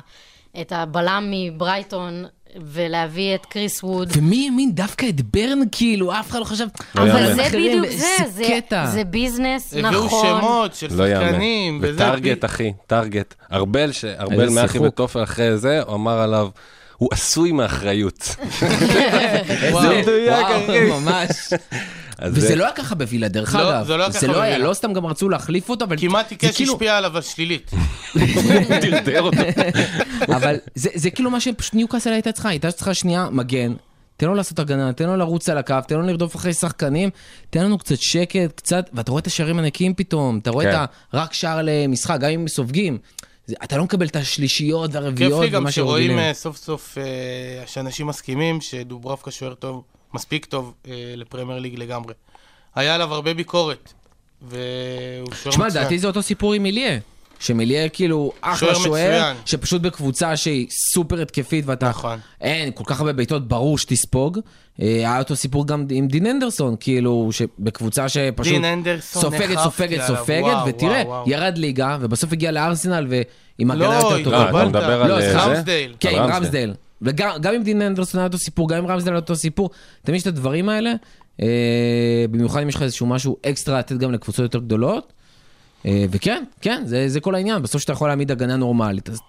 את הבלם מברייטון ולהביא את קריס ווד. ומי האמין דווקא את ברן, כאילו, אף אחד לא חשב... יאמן. אבל זה אחרים, בדיוק זה, איזה זה, קטע. זה ביזנס הביאו נכון. שמות של לא יאמן. שחקנים, וזה... וטארגט, אחי, טארגט. ארבל, ש- ארבל איזה מאחי שיחוק. ותופר אחרי זה, הוא אמר עליו, הוא עשוי (laughs) מאחריות. וואו. איזה מדויק, וואו, אחי. (laughs) ממש. אז וזה זה- לא היה ככה בווילה, דרך לא, אגב. זה לא היה זה ככה לא היה, בווילה. לא סתם גם רצו להחליף אותו, אבל... כמעט זה עיקש כאילו- השפיע עליו השלילית. הוא דרדר אותו. (laughs) אבל זה, זה כאילו מה שפשוט ניוקאסל הייתה צריכה, הייתה צריכה שנייה מגן. תן לו לעשות הגנה, תן לו לרוץ על הקו, תן לו לרדוף אחרי שחקנים, תן לנו קצת שקט, קצת... ואתה רואה את השערים הנקיים פתאום, אתה רואה כן. את ה... רק שער למשחק, גם אם סופגים. זה, אתה לא מקבל את השלישיות כיף והרביעיות לי גם ומה שרגילים. שרואים אה, סוף סוף אה, שאנשים מסכימים שדוברבקה שוער טוב, מספיק טוב אה, לפרמייר ליג לגמרי. היה עליו הרבה ביקורת, והוא שוער תשמע, מצוין. לדעתי זה אותו סיפור עם מיליה. שמיליה כאילו אחלה שוער שוער, מצוין. שפשוט בקבוצה שהיא סופר התקפית ואתה... נכון. אין, כל כך הרבה בעיטות, ברור שתספוג. אה, היה אותו סיפור גם עם דין הנדרסון, כאילו, שבקבוצה שפשוט... דין הנדרסון, סופגת, נחפתי סופגת, עליו, סופגת, וואו, ותראה, וואו, וואו. ירד ליגה, ובסוף הגיע לארסנל ועם הגנה לא, יותר טובה. אתה מדבר על, לא, אה, זה? רמסדייל. כן, על עם רמסדייל. רמסדייל. וגם גם עם דין אנדרסון היה אותו סיפור, גם עם רמסדייל היה אותו סיפור. תמיד יש את הדברים האלה, אה, במיוחד אם יש לך איזשהו משהו אקסטרה לתת גם לקבוצות יותר גדולות. אה, וכן, כן, זה, זה כל העניין. בסוף שאתה יכול להעמיד הגנה נורמלית, אז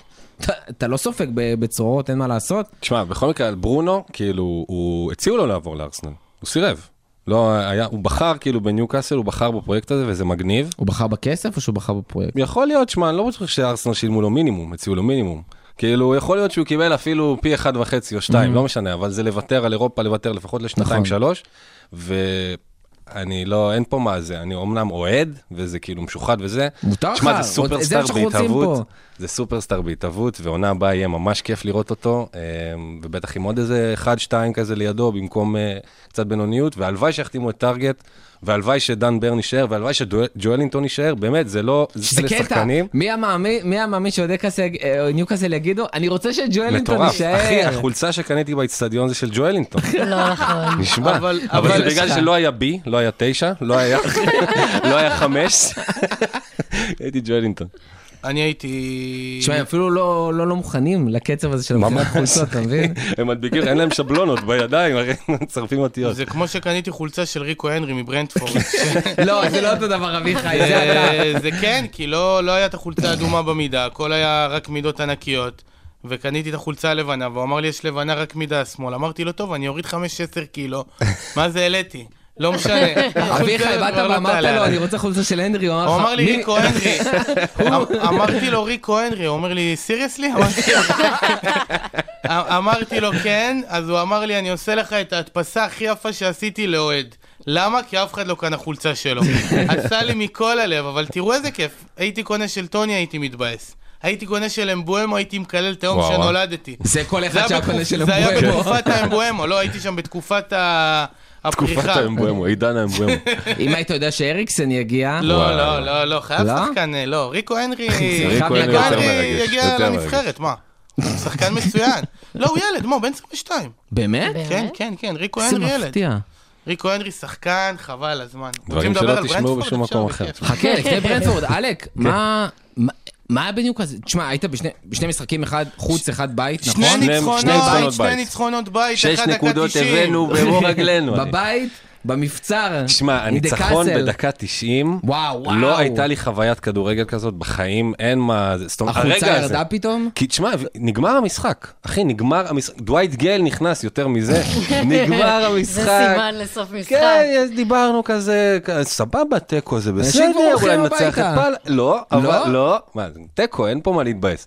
אתה, אתה לא סופג ב- בצרורות, אין מה לעשות. תשמע, בכל מקרה, על ברונו, כאילו, הוא הציעו לו לעבור לארסנל. הוא סירב. לא, היה, הוא בחר, כאילו, בניוקאסל, הוא בחר בפרויקט הזה, וזה מגניב. הוא בחר בכסף או שהוא בחר בפרויקט? יכול להיות, שמע, אני לא בטוח שארסנל שילמו לו מינימום, הציעו לו מינימום. כאילו, יכול להיות שהוא קיבל אפילו פי אחד וחצי או שתיים, לא משנה, אבל זה לוותר על אירופה, לוותר לפחות נכון. לשנתיים, שלוש. ואני לא, אין פה מה זה, אני אומנם אוהד, וזה כאילו משוחד וזה. מותר לך, תשמע, עוד- זה זה סופרסטאר מה שאנחנו רוצים פה. בהתהוות, זה סופרסטאר בהתהוות, ועונה הבאה יהיה ממש כיף לראות אותו, אה, ובטח עם עוד איזה אחד, שתיים כזה לידו, במקום אה, קצת בינוניות, והלוואי שיחתימו את טארגט, והלוואי שדן ברן יישאר, והלוואי שג'ואלינטון יישאר, באמת, זה לא... זה אלה קטע, שחקנים. מי המאמין, מי המאמין שאוהדי קאסל- אה, ניוקאסל יגידו, אני רוצה שג'ואלינטון מטורף. יישאר. אחי, החולצה שקניתי באצטדיון זה של ג'ואלינטון. (laughs) לא נכון. נשמע. אבל- אבל אבל- זה בגלל שלא היה בי, לא היה תשע, (laughs) לא היה- לא היה חמש. (laughs) הייתי ג'ואלינטון. אני הייתי... תשמע, הם אפילו לא, לא, לא מוכנים לקצב הזה של המכירת חולצות, אתה מבין? (laughs) הם מדביקים, אין להם שבלונות בידיים, הרי הם מצרפים אותיות. זה כמו שקניתי חולצה של ריקו הנרי (laughs) מברנדפורד. לא, זה לא אותו דבר, אביחי, אה, זה אתה. זה- זה כן, כי לא לא היה את החולצה האדומה במידה, הכל היה רק מידות ענקיות. וקניתי את החולצה הלבנה, והוא אמר לי, יש לבנה רק מידה שמאל. אמרתי לו, טוב, אני אוריד 5-10 קילו, מה זה העליתי? לא משנה. החולצה אביחי, הזאת באת כבר לא ואמרת תעלה לו, עליי. אני רוצה חולצה של הנדרי, הוא אמר הוא אמר לך, לי "מי?" ריקו (laughs) הנרי. אמ- אמרתי לו ריקו הנרי, הוא אומר לי, סיריוסלי? אמרתי לו, (laughs) אמרתי לו כן, אז הוא אמר לי, אני עושה לך את ההדפסה הכי יפה שעשיתי לאוהד. למה? כי אף אחד לא קנה חולצה שלו. (laughs) עשה לי מכל הלב, אבל תראו איזה כיף. הייתי קונה של טוני, הייתי מתבאס. הייתי קונה של אמבואמו, הייתי מקלל תהום וואו. שנולדתי. זה כל אחד זה היה שהקונה בתקופ- של זה היה אמבואמו. בתקופת האמבואמו, לא, הייתי שם בתקופת ה- הפריחה. תקופת האמבואמו, (laughs) עידן האמבואמו. אם היית יודע שאריקסן יגיע, לא, וואי. לא, לא, לא, חייב לא? (laughs) שחקן, אה, לא, ריקו הנרי, ריקו ריקו הנרי יותר הנרי מרגש, יגיע יותר לנבחרת, מה? הוא שחקן מצוין. לא, הוא ילד, מו, בן 22. באמת? באמת? כן, כן, כן, ריקו איזה הנרי ילד. אה? מפתיע. ריקו הנרי שחקן, חבל על הזמן. דברים רוצים לדבר שלא על תשמעו ברנדפורד בשום עכשיו? מקום אחר. בכיף. חכה, לפני ברנפורד, עלק, מה... מה- מה היה בדיוק הזה? תשמע, היית בשני- בשני משחקים, אחד חוץ, אחד בית, נכון? שני ניצחונות, ניצחונות שני בית. ניצחונות בית, שש אחד דקה נקודות 90. (laughs) הבאנו במו רגלינו. אני- בבית, במבצר, תשמע, עם דה הניצחון קאסל. בדקה 90, וואו, וואו. לא הייתה לי חוויית כדורגל כזאת בחיים, אין מה... זה- זאת אומרת, החולצה הרגע הזה. ירדה פתאום? כי תשמע, נגמר המשחק. אחי, נגמר המשחק. דווייט גל נכנס יותר (laughs) מזה. נגמר זה המשחק. סימן לסוף משחק. כן, אז דיברנו כזה, כ- סבבה, תיקו זה אנשים כבר בסדר, הולכים אולי ננצח הביתה. את פעל. לא, לא? אבל לא. מה, תיקו, אין פה מה להתבאס.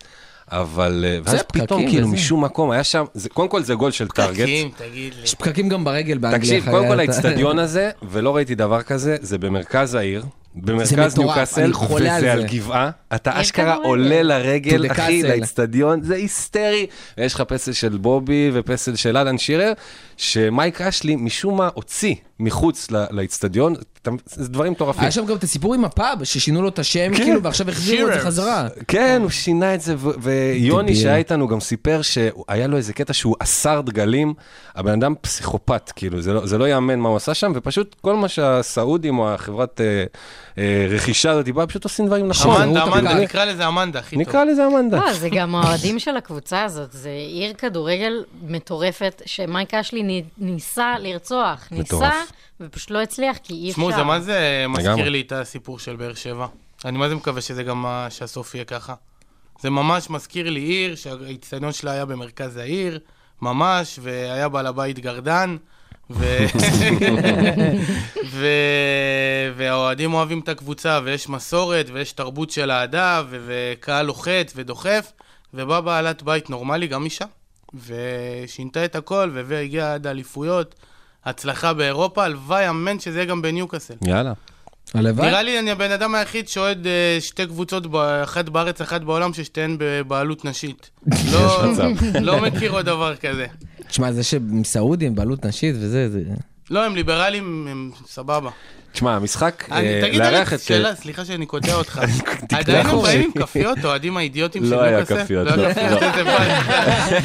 אבל, אה, ואז זה פקקים פתאום, כאילו, וזה. משום מקום, היה שם, זה- קודם כל זה גול של טארגט. פקקים, תגיד לי. יש פקקים גם ברגל באנגליה. תקשיב, אחרי קודם כל ה- האיצטדיון הזה, ולא ראיתי דבר כזה, זה במרכז העיר, במרכז מטורף, אני ניוקאסל, חולה על וזה זה. על גבעה. אתה יש אשכרה כדורגל. עולה To the לרגל, אחי, castle. לאיצטדיון, זה היסטרי. ויש לך פסל של בובי ופסל של אלן שירר, שמייק אשלי משום מה הוציא מחוץ ל- לאיצטדיון, אתה- זה דברים כן. מטורפים. היה שם גם את הסיפור עם הפאב, ששינו לו את השם, כן. כאילו, ועכשיו החזירו את זה Shearers. חזרה. כן, הוא שינה את זה, ו- ויוני דביל. שהיה איתנו גם סיפר שהיה לו איזה קטע שהוא אסר דגלים, הבן אדם פסיכופת, כאילו, זה לא, זה לא יאמן מה הוא עשה שם, ופשוט כל מה שהסעודים או החברת אה, אה, רכישה הזאת באה, פשוט עושים דברים נכון. אמנדה, כאילו, אמנדה, אני- נקרא לזה אמנדה, הכי טוב. אה. נקרא לזה אמנדה. לא, זה גם האוהדים של הקבוצה הזאת, זה עיר כדורגל מטורפת, שמייק אשלי נ- ניסה לרצוח. ניסה, מטורף. ופשוט לא הצליח, כי אי אפשר. תשמעו, זה מה זה מזכיר לגמרי. לי את הסיפור של באר שבע. אני מה זה מקווה שזה גם, ה- שהסוף יהיה ככה. זה ממש מזכיר לי עיר, שהאיצטדיון שלה היה במרכז העיר, ממש, והיה בעל הבית גרדן, ו... ו... והאוהדים אוהבים את הקבוצה, ויש מסורת, ויש תרבות של אהדה, ו... וקהל לוחץ ודוחף, ובא בעלת בית נורמלי, גם אישה, ושינתה את הכל, והגיעה עד האליפויות. הצלחה באירופה, הלוואי, אמן שזה יהיה גם בניוקאסל. יאללה. הלוואי. נראה לי אני הבן אדם היחיד שאוהד אה, שתי קבוצות, ב- אחת בארץ, אחת בעולם, ששתיהן בבעלות (laughs) נשית. לא, מצב. לא מכיר עוד דבר כזה. תשמע, זה שמסעודים, בעלות נשית וזה, זה... לא, הם ליברלים, הם סבבה. תשמע, המשחק, אני- אה, תגיד לארח לי את... שאלה, סליחה שאני (laughs) קוטע אותך. תקלח עדיין הם אותי. באים עם כפיות, האוהדים האידיוטים של לא היה ניוקאסל? כפיות, לא לא, היה כפיות, איזה בעיה.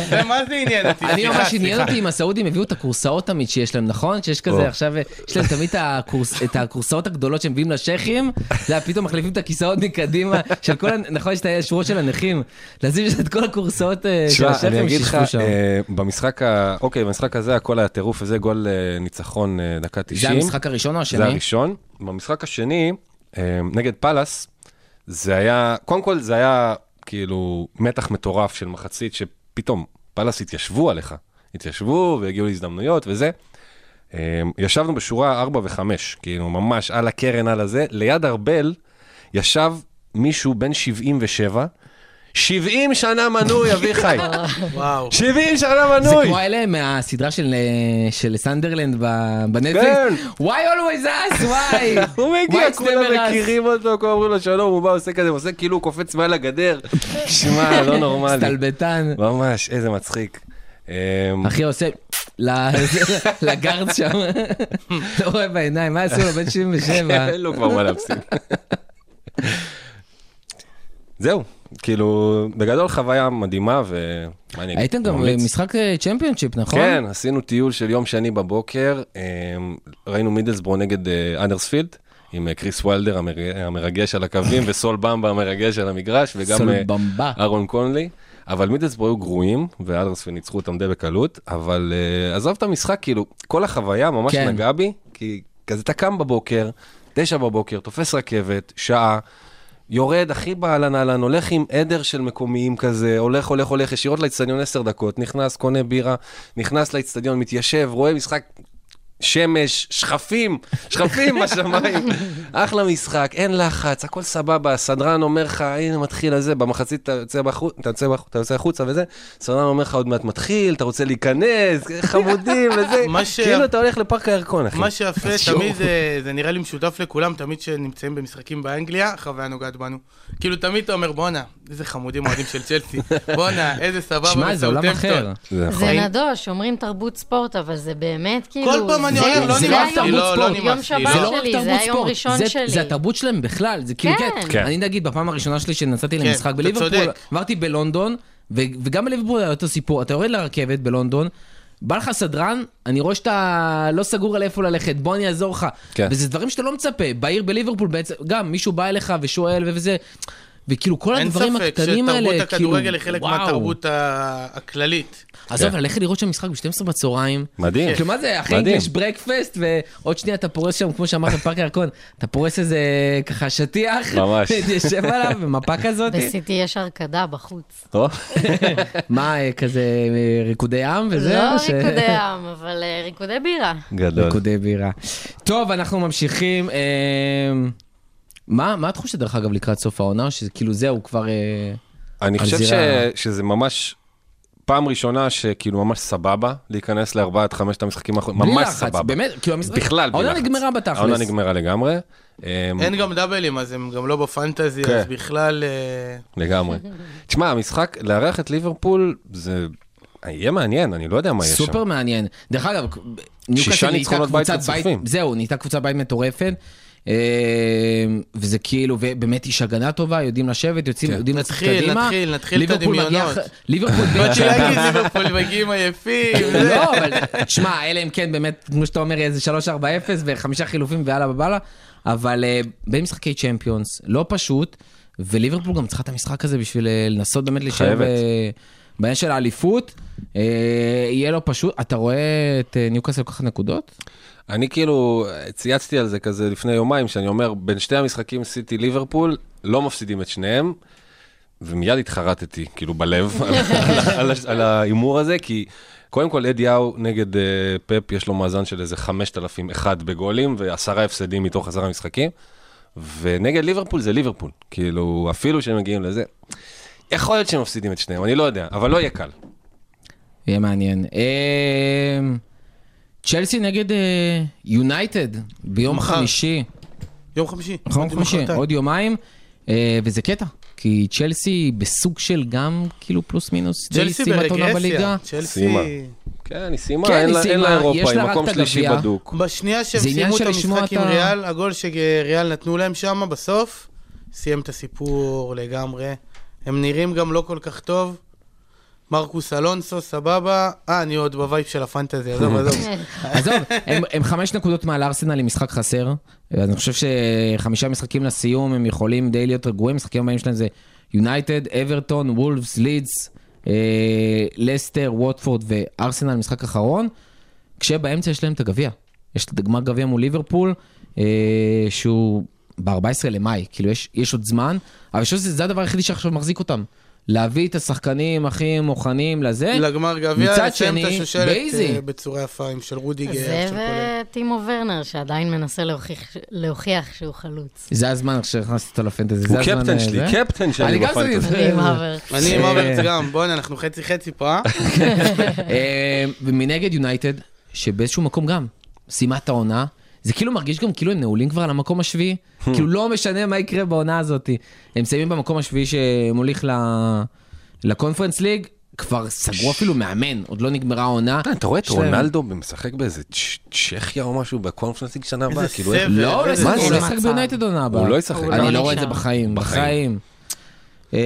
זה מה זה עניין אותי? אני סליחה, ממש עניין סליחה. אותי אם הסעודים הביאו את הכורסאות תמיד שיש להם, נכון? שיש כזה או. עכשיו, יש להם תמיד את הכורס- את הכורסאות הגדולות שהם מביאים לשייחים, זה היה פתאום מחליפים את הכיסאות מקדימה, של כל, ה- נכון, יש את השורות של הנכים, לשים שם את כל הכורסאות אה, של תשמע, אני השייחים אגיד לך, שישבו שם. אה, במשחק ה... אוקיי, במשחק הזה הכל היה טירוף, וזה גול אה, ניצחון אה, דקה 90. זה המשחק הראשון או זה השני? הראשון. במשחק השני, אה, נגד פאלאס, זה היה, קודם כל זה היה כאילו מתח מטורף של מחצית, שפתאום פאלאס התיישבו עליך. התיישבו והגיעו להזדמנויות וזה. אה, ישבנו בשורה 4 ו-5, כאילו ממש על הקרן, על הזה. ליד ארבל ישב מישהו בן 77, 70 שנה מנוי, אביחי. וואו. 70 שנה זה מנוי! כמו אלה מהסדרה של, אה, של סנדרלנד ב- בנטפליקס? כן. Why always us? Why? (laughs) הוא מגיע, Why it's never us? כולם מכירים אותו, כולם אומרים לו שלום, הוא בא, עושה כזה, עושה כאילו הוא קופץ מעל הגדר. שמע, (laughs) לא נורמלי. סטלבטן. ממש, איזה מצחיק. אמ, אחי עושה ל- (laughs) לגארד שם, (laughs) לא רואה בעיניים, מה עשו לו בן 77? (laughs) אין לו כבר מה להפסיד. זהו, כאילו, בגדול חוויה מדהימה, ומה אני אגיד? הייתם גם ממליץ. במשחק אה, צ'מפיונשיפ, נכון? כן, עשינו טיול של יום שני בבוקר, אמ, ראינו מידלסבורו נגד אה, אנדרספילד. עם אה, קריס וולדר המר- המרגש על הקווים (laughs) וסול במבה המרגש על המגרש וגם אה, סולבמבה. אהרון קונלי, אבל מידלסבורג היו גרועים, ואלרספילד ניצחו אותם די בקלות, אבל uh, עזוב את המשחק, כאילו, כל החוויה ממש כן. כן. נגעה בי, כי כזה אתה קם בבוקר, תשע בבוקר, תופס רכבת, שעה, יורד, אחי באהלן אהלן, הולך עם עדר של מקומיים כזה, הולך, הולך, הולך, ישירות לאצטדיון עשר דקות, נכנס, קונה בירה, נכנס לאצטדיון, מתיישב, רואה משחק שמש, שכפים, (laughs) שכפים בשמיים. אחלה משחק, אין לחץ, הכל סבבה, הסדרן אומר לך, הנה מתחיל הזה, במחצית אתה יוצא, בחוץ, אתה יוצא, בחוץ, אתה יוצא החוצה וזה, הסדרן אומר לך, עוד מעט מתחיל, אתה רוצה להיכנס, (laughs) חמודים וזה, מה ש- כאילו אתה הולך לפארק הירקון, אחי. מה שיפה, תמיד אה, זה, זה נראה לי משותף לכולם, תמיד כשנמצאים במשחקים באנגליה, החוויה נוגעת בנו. כאילו, תמיד אתה אומר, בואנה, איזה חמודים אוהדים של צ'לסי, בואנה, איזה סבבה, שמע, זה עולם וסאוטהמפטון." אחר. זה נכון. זה נדוש, אומרים תרבות ספורט, אבל זה באמת כאילו... כל פעם אני זה- אומר, לא זה נמאס היום- לי, לא- לא נמאס יום לי, שבת לא. זה לא רק שלי, זה תרבות היום ספורט, ראשון זה- שלי. זה התרבות שלהם בכלל, זה כאילו, כן. כן. כן. אני נגיד, בפעם הראשונה שלי שנסעתי למשחק כן, אתה בליברפול, צודק. עברתי בלונדון, ו- וגם בליברפול היה אותו סיפור, אתה יורד לרכבת בלונדון, בא לך סדרן, אני רואה שאתה לא סגור על איפה ללכת, בוא אני אעזור לך. כן. וזה דברים שאתה לא מצפה, בעיר בליברפול בעצם, גם מישהו בא אליך ושואל וזה, וכאילו כל אין הדברים ספק הקטנים האלה, שתרבות כאילו, הכדורגל היא חלק וואו. מהתרבות ה- הכללית. עזוב, כן. ללכת לראות שם משחק ב-12 בצהריים. מדהים. כן. (laughs) כאילו מה זה, אחי מדהים. אינגליש ברקפסט, ועוד שנייה אתה פורס שם, כמו שאמרת בפארק הירקון, אתה פורס איזה ככה שטיח, (laughs) ממש. תיישב עליו, ומפה כזאת, בסיטי יש הרקדה בחוץ. טוב. מה, אה, כזה אה, ריקודי עם וזה? לא או ש- ריקודי עם, אבל אה, ריקודי (laughs) בירה. גדול. ריקודי בירה. טוב, אנחנו ממשיכים. אה, מה מה התחושה, דרך אגב, לקראת סוף העונה, שזה כאילו זהו, כבר... אה, אני על חושב ש... זירה- שזה ממש פעם ראשונה שכאילו ממש סבבה להיכנס לארבעת חמשת המשחקים האחרונים, בלי ממש לחץ, סבבה. באמת, כאילו המשחק... בכלל בלי לחץ. העונה נגמרה בתכלס. העונה נגמרה לגמרי. אמ, אין גם דאבלים, אז הם גם לא בפנטזי, כן. אז (laughs) בכלל... אה, לגמרי. תשמע, המשחק, לארח את ליברפול, זה יהיה מעניין, אני לא יודע מה יהיה שם. סופר מעניין. דרך אגב, ניוקאסל נהייתה ניצחונות בית קבוצת רצופים. זהו, נהייתה קבוצת בית מטורפת. אה, וזה כאילו, ובאמת יש הגנה טובה, יודעים לשבת, יוצאים, כן. יודעים לצאת נתחיל, קדימה. נתחיל, נתחיל את ליברפול מגיע הדמיונות. אח- ליברפול... באתי להגיד, לא ליברפול מגיעים עייפים. זה. (laughs) לא, אבל תשמע, אלא אם כן באמת, כמו שאתה אומר, איזה 3-4-0 וחמישה חילופים ויאללה בבאללה, אבל אה, במשחקי צ'מפיונס, לא פשוט, וליברפול גם צריכה את המשחק הזה בשביל אה, לנסות באמת להישאר חייבת. ב- בעניין של האליפות. אה, יהיה לא פשוט, אתה רואה את אה, ניוקאסל לוקחת נקודות? אני כאילו צייצתי על זה כזה לפני יומיים, שאני אומר, בין שתי המשחקים סיטי ליברפול, לא מפסידים את שניהם, ומיד התחרטתי, כאילו בלב, (laughs) על- על- על- על ההימור הזה, כי קודם כל אדי האו נגד אה, פפ, יש לו מאזן של איזה 5,001 בגולים, ועשרה הפסדים מתוך עשרה משחקים, ונגד ליברפול זה ליברפול, כאילו, אפילו שהם מגיעים לזה. יכול להיות שהם מפסידים את שניהם, אני לא יודע, אבל לא יהיה קל. יהיה מעניין. אה, צ'לסי נגד אה, יונייטד ביום מחר. חמישי. יום חמישי. נכון, עוד כמו מחרתיים. שעוד יומיים, אה, וזה קטע, כי צ'לסי בסוג של גם כאילו פלוס מינוס די צ'לסי סיימה את העונה ברגרסיה. בליגה. סיימה. צ'לסי... כן, היא סיימה, כן, אין היא לה- אין סיימה, לה יש אירופה, היא לה רק מקום את שלישי הגביע. בדוק. בשנייה שהם זה עניין סיימו את של לשמוע המשחק את עם ה- ריאל, הגול שריאל נתנו להם שם בסוף, סיים את הסיפור לגמרי. הם נראים גם לא כל כך טוב. מרקוס אלונסו, סבבה. אה, אני עוד בווייב של הפנטזי, עזוב, עזוב. עזוב, הם- הם חמש נקודות מעל ארסנל עם משחק חסר, אז אני חושב שחמישה משחקים לסיום הם יכולים די להיות רגועים, המשחקים הבאים שלהם זה יונייטד, אברטון, וולפס, לידס, אה, לסטר, ווטפורד וארסנל, משחק אחרון, כשבאמצע יש להם את הגביע. יש את גמר גביע מול ליברפול, אה, שהוא ב-14 למאי, כאילו יש, יש עוד זמן, אבל אני חושב שזה הדבר היחידי שעכשיו מחזיק אותם. להביא את השחקנים הכי מוכנים לזה. לגמר גביע, כן. מצד לסיים את שני, השושלת באיזי. אה, בצורה יפה עם של רודיגר. זה אה, של כולם. וטימו ורנר, שעדיין מנסה להוכיח- להוכיח שהוא חלוץ. זה הזמן עכשיו שהכנסתי אותו לפנטזי, זה הוא הזמן... קפטן אה, שלי, זה? קפטן שלי אני גם בפנטזי. שונא אני (laughs) עם זה. האוורץ. אני עם אה, אוברץ גם, בואנה, אנחנו חצי חצי פה, אה? (laughs) אה, ומנגד יונייטד, שבאיזשהו מקום גם סיימה את העונה, זה כאילו מרגיש גם כאילו הם נעולים כבר על המקום השביעי, Hmm. כאילו לא משנה מה יקרה בעונה הזאת. הם מסיימים במקום השביעי שמוליך ל- לקונפרנס ליג, כבר סגרו אפילו מאמן, עוד לא נגמרה העונה. אתה רואה את שלהם. רונלדו משחק באיזה צ'כ- צ'כיה או משהו בקונפרנס ליג שנה הבאה? איזה כאילו, אין- סבל. לא, הוא לא איזה ישחק- הוא לא מצב. ישחק ביונייטד עונה הבאה. הוא לא ישחק. הוא אני לא לא רואה את זה נשאר. בחיים, בחיים. בחיים. אה,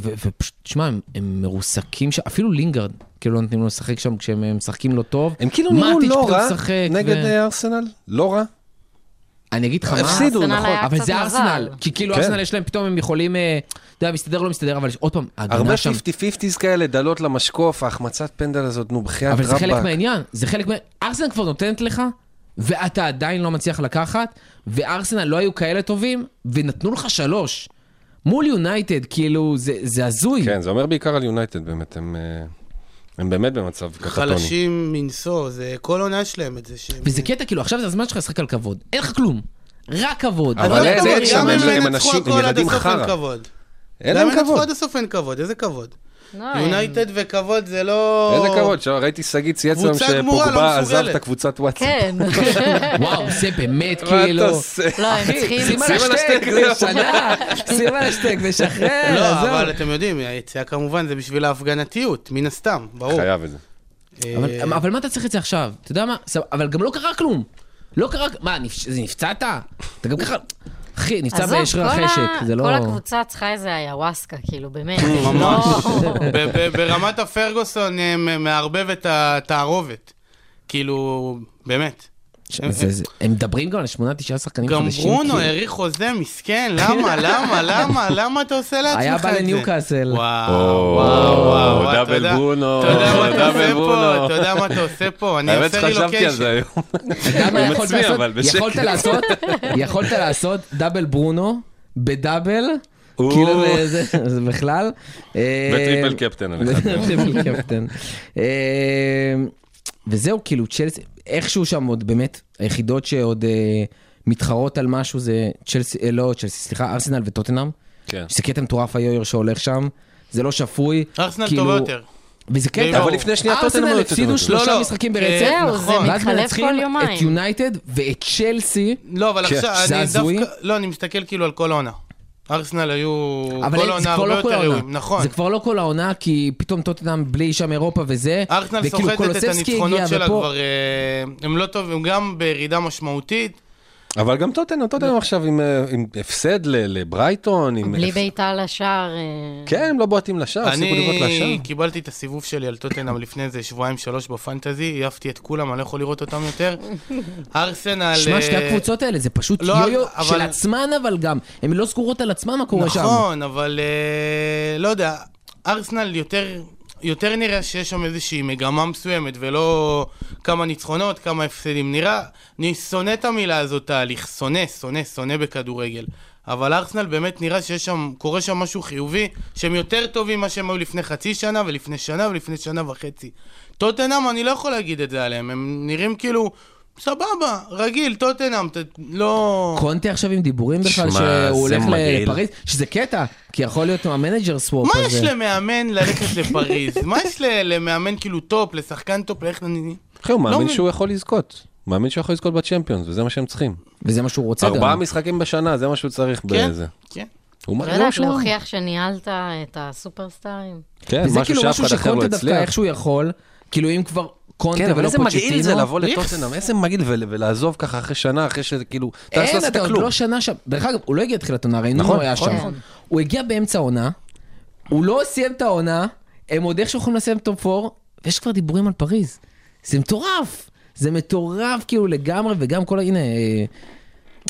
ו- ופשוט, תשמע, הם- הם מרוסקים שם, אפילו לינגרד, כאילו לא נותנים לו לשחק שם כשהם אה, משחקים לא טוב. הם כאילו נראו מאטיץ' לא פתאום רע משחק, נגד ו- אה, ארסנל, לא רע. אני אגיד לך מה, הפסידו, ארסנל נכון. היה אבל קצת זה מזל. ארסנל, כי כאילו כן. ארסנל יש להם, פתאום הם יכולים, אה, אתה יודע, מסתדר לא מסתדר, אבל יש- עוד פעם, הרבה ההגנה שם, 50-50s כאלה, דלות למשקוף, ההחמצת פנדל הזאת, נו בחייאת אבל זה חלק רבאק. מהעניין, זה חלק מה... ארסנל כבר נותנת לך, ואתה עדיין לא מצליח לקחת, וארסנל לא היו כאלה טובים, ונתנו לך שלוש. מול יונייטד, כאילו, זה, זה הזוי. כן, זה אומר בעיקר על יונייטד באמת, הם, אה, הם באמת במצב קטטוני. חלשים מנשוא, זה כל עונה שלהם את זה. שהם- וזה קטע, כאילו, עכשיו זה הזמן שלך לשחק על כבוד. אין לך כלום. רק כבוד. אבל לא אין- כבוד, אין שם, גם הם- אם ינצחו הם אנשים- הכל הם עד ילדים הסוף אין חרא. כבוד. אין גם להם אם ינצחו כבוד. עד הסוף אין כבוד, איזה כבוד. לא, הם- יונייטד וכבוד זה לא... איזה כבוד, שם, ראיתי שגיא צייץ היום קבוצה גמורה, לא שפוגבה עזב מסוגלת. את הקבוצת וואטסאפ. כן. וואו, זה באמת, מה כאילו... אתה עושה? לא, הם אחי, צריכים... שים על שים על השטק, השטק, זהו. ושנה, שים על השטק, ושחרר, לא, עזוב. אבל אתם יודעים, היציאה כמובן זה בשביל ההפגנתיות, מן הסתם, (laughs) ברור. לא- חייב את זה. אה, אבל, אבל מה אתה צריך את זה עכשיו? אתה יודע מה? סב- אבל גם לא קרה כלום. לא קרה... מה, נפ... זה נפצעת? אתה גם ככה... אחי, נפצע עזוב, ויש ריח כל ה- חשק, זה לא... כל הקבוצה צריכה איזה ayahuasca, כאילו, באמת. זה (laughs) ממש. (laughs) לא- ב- ב- ברמת הפרגוסון אה, מ- מערבב את התערובת. כאילו, באמת. זה- זה- הם מדברים גם על שמונה, תשעה שחקנים גם חדשים. ברונו כאילו. העריך חוזה, מסכן, (laughs) למה, למה, למה, למה אתה עושה לעצמך את זה? היה בא לניוקאסל. וואו, או, וואו, וואו, אתה דאבל יודע- ברונו, אתה יודע מה אתה דאבל עושה פה, ברונו. אתה יודע מה אתה עושה פה, אני האמת אעשה שחשבתי על רילוקיישן. זה היום. אתה יודע מה הוא יכולת מצביע, לעשות? אבל בשקט. יכולת לעשות, יכולת לעשות דאבל ברונו בדאבל, או. כאילו זה- זה זה בכלל. אה, וטריפל קפטן על אחד. וטריפל קפטן. אה, וזהו, כאילו, צ'לסי, איכשהו שם עוד באמת, היחידות שעוד אה, מתחרות על משהו זה צ'לסי, אה, לא צ'לסי, סליחה, ארסנל וטוטנאם. כן. שזה קטע מטורף היויר שהולך שם, זה לא שפוי. ארסנל כאילו- טובה יותר. וזה די קטע. ברור. כן, אבל לפני שנייה טוטנאם היו כאילו, ארסנל יותר טובים. הפסידו שלושה לא. משחקים ברצף. אה, זהו, זה נכון. ואז מתחלף מנצחים כל את יומיים. יונייטד ואת צ'לסי, לא, אבל כן. עכשיו, זה אני הזוי. דווקא, לא, אני מסתכל כאילו על כל העונה. ארסנל היו, אבל כל אין- זה עונה כבר הרבה לא כל יותר העונה. אירועים, נכון. זה כבר לא כל העונה, כי פתאום טוטנאם בלי שם אירופה וזה. ארסנל וכאילו סוחטת את קולוסבסקי הניצחונות הגיע, שלה ופה- כבר, אה, הם לא טוב, הם גם בירידה משמעותית. אה, אבל גם טוטנאם, טוטנאם עכשיו עם, אה, עם הפסד ל- לברייטון, עם... בלי הפ- בעיטה לשער. אה, כן, הם לא בועטים לשער, הפסיקו לבעוט לשער. אני קיבלתי את הסיבוב שלי על טוטנאם לפני איזה שבועיים שלוש בפנטזי, העפתי את כולם, אני לא יכול לראות אותם (laughs) יותר. ארסנל... שמע, שתי אה, הקבוצות האלה, זה פשוט לא, יו-יו אבל- של עצמן, אבל גם. הן לא סגורות על עצמן מה קורה שם. נכון, אבל אה, לא יודע, ארסנל יותר, יותר נראה שיש שם איזושהי מגמה מסוימת, ולא כמה ניצחונות, כמה הפסדים. נראה, אני שונא את המילה הזאת, תהליך, שונא, שונא, שונא בכדורגל. אבל ארסנל באמת נראה שיש שם, קורה שם משהו חיובי, שהם יותר טובים ממה שהם היו לפני חצי שנה, ולפני שנה, ולפני שנה וחצי. טוטנאם, אני לא יכול להגיד את זה עליהם, הם נראים כאילו, סבבה, רגיל, טוטנאם, ת- לא... קונטה עכשיו עם דיבורים בכלל שמע, שהוא זה הולך מגעיל. לפריז, שזה קטע, כי יכול להיות המנג'ר סוואפ מה הזה. יש למאמן ללכת לפריז? מה יש ל- למאמן כאילו טופ, לשחקן טופ, ללכת... אני- אחי, הוא לא מאמין מבין. שהוא יכול לזכות. הוא מאמין שהוא יכול לזכות בצ'מפיונס, וזה מה שהם צריכים. וזה מה שהוא רוצה גם. ארבעה משחקים בשנה, זה מה שהוא צריך כן, בזה. כן. הוא לא מאמין יודעת שהוא- להוכיח שניהלת את הסופרסטארים. כן, וזה משהו כאילו שאף משהו אחד אחר לא שקונטה דווקא הצליח. איכשהו לא יכול, כאילו אם כבר קונטה כן, אבל ולא איזה מגעיל זה פוצ'טינו, לבוא לטוטנאם, איזה מגעיל ול- ולעזוב ככה אחרי שנה, אחרי שכאילו, אתה לא אין, עשית אתה עוד כלום. לא שנה שם. דרך אגב, הוא לא הגיע לתחילת עונה, הרי נכון, נונו היה נכון, שם. נכון. הוא הגיע באמצע העונה, הוא לא סיים את העונה, הם עוד איכשהו יכולים לסיים טופ 4, ויש כבר דיבורים על פריז. זה מטורף! זה מטורף כאילו לגמרי, וגם כל ה... הנה, אה,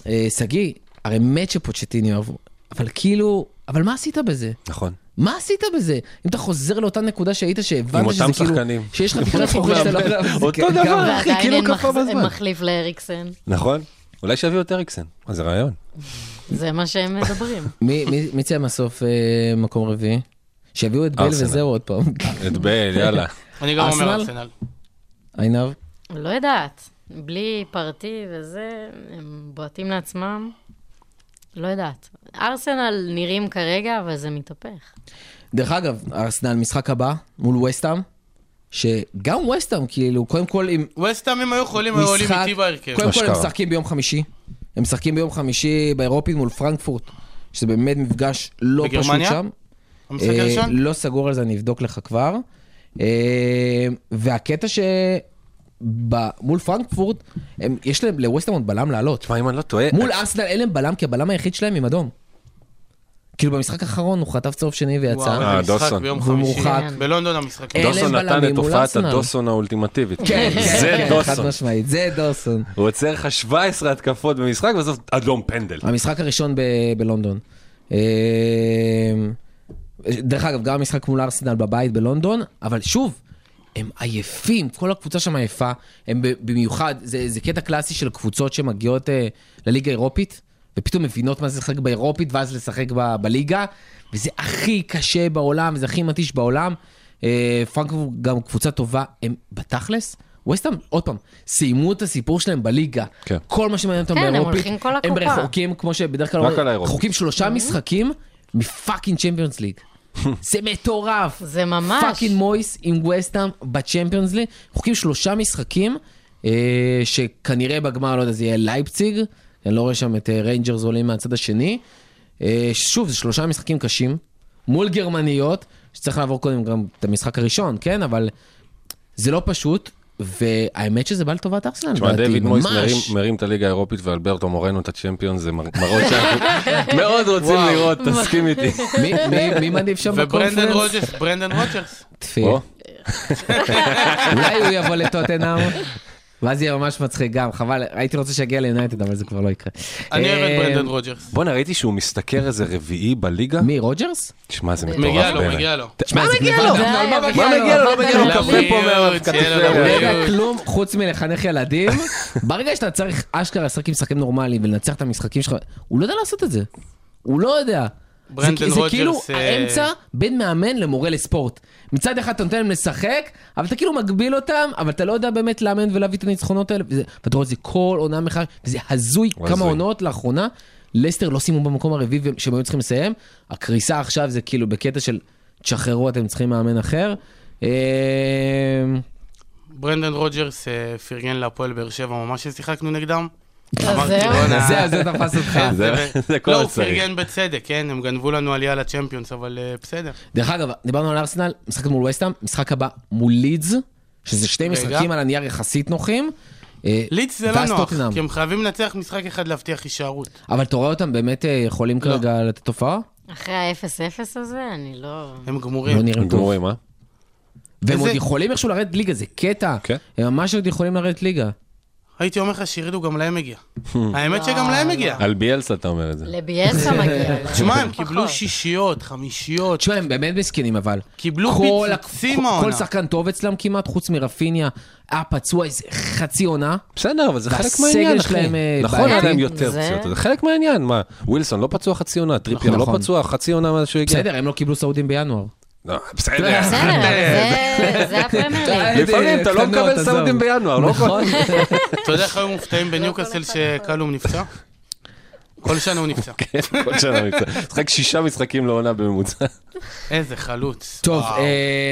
אה, שגיא, הרי מת שפוצ'טיניו יעבור, אבל כאילו, אבל מה עשית בזה? נכון. מה עשית בזה? אם אתה חוזר לאותה נקודה שהיית, עם שהבנת אותם שזה כאילו... שחקנים. שיש (laughs) לך תקרת חובה שאתה לא יודע (laughs) להחזיק. אותו גם- דבר. אחי, ועדיין כאילו אין כפה מחז- בזמן. מחליף לאריקסן. נכון? אולי שיביאו את אריקסן. אז זה רעיון. זה מה שהם מדברים. מי- מי מי צא מהסוף אה, מקום רביעי? שיביאו את בל ארסנל. וזהו עוד פעם. (laughs) את (laughs) בייל, יאללה. אני גם אומר ארסנל? ארסנל. עינב? לא יודעת. בלי פרטי וזה, הם בועטים לעצמם. לא יודעת. ארסנל נראים כרגע, אבל זה מתהפך. דרך אגב, ארסנל, משחק הבא מול וסטאם, שגם וסטאם, כאילו, קודם כל עם ווסטאם אם היו חולים, היו עולים משחק, איתי בהרכב. קודם כל הם אשכרה. משחקים ביום חמישי. הם משחקים ביום חמישי באירופית מול פרנקפורט, שזה באמת מפגש לא פשוט בגרמניה? שם. המשחק אה, הראשון? לא סגור על זה, אני אבדוק לך כבר. אה, והקטע ש... ב- מול פרנקפורט, הם- יש להם, לווסטהאם עוד בלם לעלות. תשמע, אם אני לא טועה, מול ארסנל אין להם בלם, כי הבלם היחיד שלהם עם אדום. כאילו במשחק האחרון הוא חטף צהוב שני וואו, ויצא. אה, איזה משחק דוסון. ביום והוא חמישי. כן, מורחק. אה, בלונדון המשחק. אלה דוסון בלמים נתן את מול הופעת ארסנל. הדוסון האולטימטיבית. כן, (laughs) אה, זה חד דוסון. משמעית, זה דוסון. הוא עוצר לך 17 התקפות במשחק, ובסוף אדום פנדל. המשחק הראשון ב- בלונדון. אה, דרך אגב, גם המשחק מול ארסנל בבית בלונדון, אבל שוב, הם עייפים, כל הקבוצה שם עייפה, הם ב- במיוחד, זה, זה קטע קלאסי של קבוצות שמגיעות אה, לליגה האירופית, ופתאום מבינות מה זה לשחק באירופית, ואז לשחק ב- בליגה, וזה הכי קשה בעולם, זה הכי מתיש בעולם. אה, פרנקפורט גם קבוצה טובה, הם בתכלס. ווסטהאם, עוד פעם, סיימו את הסיפור שלהם בליגה. כן. כל מה שמעניין אותם כן, הם באירופית, הולכים כל הם הקופה. רחוקים, כמו שבדרך כלל רק אומרים, על האירופית. רחוקים Mm-hmm. שלושה משחקים מפאקינג צ'מפיונס ליג. (laughs) זה מטורף. זה ממש. פאקינג מויס עם ווסטהאם בצ'מפיונס ליג. רחוקים שלושה משחקים, אה, שכנראה בגמר, לא יודע, זה יהיה לייפציג. אני לא רואה שם את אה, ריינג'רס עולים מהצד השני. אה, שוב, זה שלושה משחקים קשים, מול גרמניות, שצריך לעבור קודם גם את המשחק הראשון, כן? אבל זה לא פשוט. והאמת שזה בא לטובת ארסנל, תשמע, לדעתי, דיוויד מויס מרים- ממש. מרים את הליגה האירופית ואלברטו מורנו את הצ'מפיון, זה מר- מראות (laughs) שאנחנו מאוד רוצים וואו. אה, לראות, תסכים איתי. מי- מי- מי מניף (laughs) שם וברנדן בקונפרנס? אה, רוג'רס, ברנדן רוג'רס. תפי. או, אולי הוא יבוא לטוטנאם, ואז יהיה ממש מצחיק גם, חבל, הייתי רוצה שיגיע ליונייטד, אבל זה כבר לא יקרה. אני אוהב את אה, ברנדן רוג'רס. בואנה, ראיתי שהוא משתכר איזה רביעי בליגה? מי, רוג'רס? תשמע, זה מטורף מגיע לו, בעיניי. מגיע לו. תשמע, זה מגיע גניבה. לו? די, אבל מה אבל מגיע לו? די, לא- מגיע לו? אבל לא די. מגיע לו? הוא קפה פה לבריאות, מהכתפי שיהיה לו האלה. לא בריאות. יודע כלום חוץ מלחנך ילדים. (laughs) ברגע שאתה צריך אשכרה לשחק עם שחקנים נורמליים ולנצח את המשחקים שלך, הוא לא יודע לעשות את זה. הוא לא יודע. זה, ברנדן זה רוג'רס, כאילו אה, האמצע בין מאמן למורה לספורט. מצד אחד אתה נותן להם לשחק, אבל אתה כאילו מגביל אותם, אבל אתה לא יודע באמת לאמן ולהביא את הניצחונות האלה. וזה, ואתה רואה את זה כל עונה מחר, וזה הזוי הוא כמה הזוי. עונות לאחרונה. לסטר לא סיימו במקום הרביעי והם- שהם היו צריכים לסיים. הקריסה עכשיו זה כאילו בקטע של תשחררו, אתם צריכים מאמן אחר. אמ, אה, ברנדן רוג'רס אה, פרגן להפועל באר שבע ממש ששיחקנו נגדם. אז אמרתי, זהו. "בואנה, אה, זה, זה תפס אותך. כן, זה- זה כל לא, הוא הצריך. פרגן בצדק, כן? הם גנבו לנו עלייה לצ'מפיונס, אבל אה, בסדר. דרך אגב, דיברנו על ארסנל, משחק מול וסטאם, משחק הבא מול לידס, שזה שני רגע. משחקים על הנייר יחסית נוחים. אה, ליץ זה לא ואז נוח, טוטנהאם. כי הם חייבים לנצח משחק אחד להבטיח הישארות. אבל אתה רואה אותם באמת אה, יכולים לא. כרגע לתת תופעה? אחרי ה-0-0 הזה, אני לא... הם גמורים. לא נראה טוב. גמורים, אה? והם איזה- עוד יכולים איכשהו לרדת ליגה, זה קטע. כן. הם ממש עוד יכולים לרדת ליגה. הייתי אומר לך שירידו, גם להם (laughs) הגיע. האמת שגם להם הגיע. על ביאלסה אתה אומר את זה. (laughs) לביאסה מגיע. לא. תשמע, (laughs) הם פחות. קיבלו שישיות, חמישיות, תשמע, הם באמת מסכנים, אבל. קיבלו כל ה- לא פיצוצים כל- כל העונה. שחקן טוב אצלם כמעט, חוץ מרפיניה, היה פצוע איזה חצי עונה. בסדר, אבל זה חלק והסגל מהעניין, שלהם, אחי. אה, נכון, בעייתי. היה להם יותר זה- פציעות, זה חלק מהעניין, מה, ווילסון לא פצוע חצי עונה, טריפייר לא נכון. פצוע חצי עונה מאז שהוא הגיע. בסדר, הם לא קיבלו סעודים בינואר. לא, בסדר. בסדר, אבל (laughs) זה- זה הפרמייר ליג. לפעמים אתה לא קטנות, מקבל עזוב. סעודים בינואר, לא כל... נכון. אתה יודע איך היו מופתעים בניוקאסל שקלום נפצע? כל שנה הוא (laughs) נפצע. כל שנה מבצע. משחק שישה משחקים לעונה בממוצע. איזה חלוץ. טוב, אה,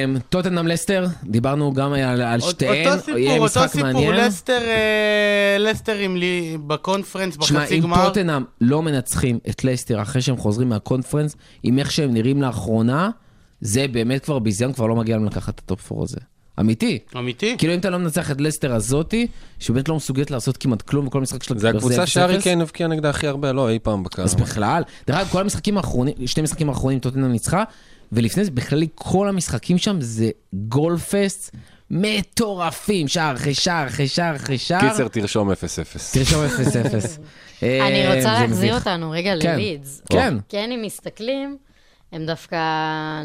אמ, וואו. טוטנאם לסטר, דיברנו גם על על עוד- שתיהן, אותו סיפור, יהיה אותו משחק סיפור, מעניין. לסטר, אה, לסטר עם לי בקונפרנס, תשמע, בחצי אם גמר. טוטנאם לא מנצחים את לסטר אחרי שהם חוזרים מהקונפרנס, עם איך שהם נראים לאחרונה, זה באמת כבר ביזיון, כבר לא מגיע להם לקחת את הטופ 4 הזה. אמיתי. אמיתי? כאילו אם אתה לא מנצח את לסטר הזאתי, שבאמת לא מסוגלת לעשות כמעט כלום וכל משחק שלה זה כבר הקבוצה 0-0. שהארי קיין הבקיע נגדה הכי הרבה, לא אי פעם בקר. לא, אז בכלל, דרך אגב, כל המשחקים האחרונים, שני המשחקים האחרונים טוטנאם ניצחה, ולפני זה בכלל כל המשחקים שם זה גולדפסט מטורפים, שער אחרי שער אחרי שער אחרי שער. קיצר, תרשום 0-0. תרשום 0-0. אה, (laughs) אני זה רוצה להחזיר מביך. אותנו רגע כן. ללידס. כן. כי אם מסתכלים, הם דווקא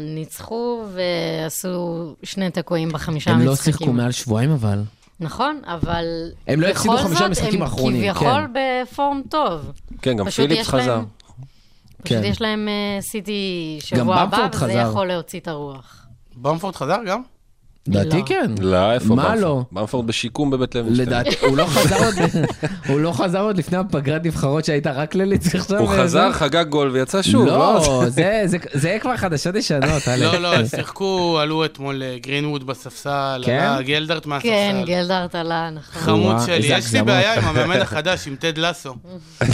ניצחו ועשו שני תיקואים בחמישה הם המשחקים. לא שיחקו מעל שבועיים אבל. נכון, אבל... הם לא הפסידו בכל חמישה זאת, משחקים כן. האחרונים, הם כביכול בפורם טוב. כן, גם פשוט פיליפס יש להם- חזר. כן. פשוט יש להם אה, סיטי גם שבוע הבא, במפורד וזה חזר. יכול להוציא את הרוח. במפורד חזר גם? לדעתי כן. לא, איפה? מה במפורד? לא? במפורד בשיקום בבית לוינשטיין. לדעתי, הוא לא חזר עוד (laughs) הוא לא חזר עוד לפני הפגרת נבחרות שהייתה רק לליץ עכשיו. הוא אה, חזר, זה- חגג גול ויצא שוב. לא, זה- זה- זה כבר חדשות (laughs) ישנות, אלכס. לא, (laughs) לא, שיחקו, עלו אתמול אה, גרינווד בספסל, כן? עלה גלדרט מהספסל. כן, גלדרט עלה, נכון. חמוד וואו, שלי, איזה יש לי הגזמות. בעיה עם המאמן החדש, עם טד (laughs) לסו.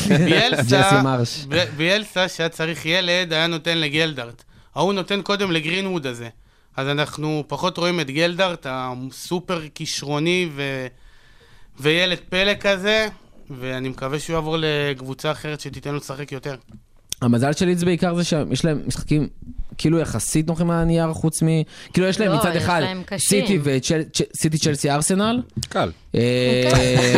ג'סי ביאלסה, מרש. ב- ביאלסה, שהיה צריך ילד, היה נותן לגלדרט. ההוא נותן קודם לגרינווד הזה. אז אנחנו פחות רואים את גלדרט, הסופר כישרוני ו... וילד פלא כזה, ואני מקווה שהוא יעבור לקבוצה אחרת שתיתן לו לשחק יותר. המזל של לידס בעיקר זה שיש להם משחקים כאילו יחסית נוחים על הנייר, חוץ מ... כאילו יש להם לא, מצד יש אחד להם קשים. סיטי וצ'ל- צ'- סיטי, צ'לסי, ארסנל. קל. אה,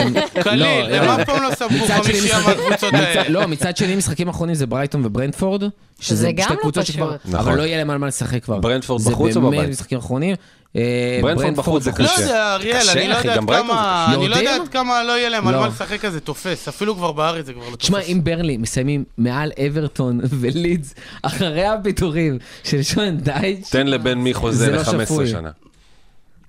(laughs) קליל, לא, הם אף פעם לא סגרו מצד שני חמישייה משחק- מהקבוצות מצד- האלה. לא, מצד שני, משחקים אחרונים זה ברייטון וברנדפורד, שזה זה שתי גם לא קבוצות פשוט. שכבר... אבל נכון. לא יהיה להם על מה לשחק כבר. ברנדפורד זה בחוץ או באמת בבית? משחקים אחרונים. אה, ברנדפורד בחוץ זה לא קשה. יודע, אריאל, קשה, אני לא אחי, יודעת גם ברייטון כמה... זה קשה. אני לא יודעים? יודעת כמה לא יהיה להם על לא. מה לשחק, אז זה תופס. אפילו כבר בארץ זה כבר לא תופס. תשמע, אם ברלי מסיימים מעל אברטון (laughs) ולידס, אחרי הפיטורים של שון דייץ', תן לבן מי חוזה זה לא ל-15 שפוי. שנה.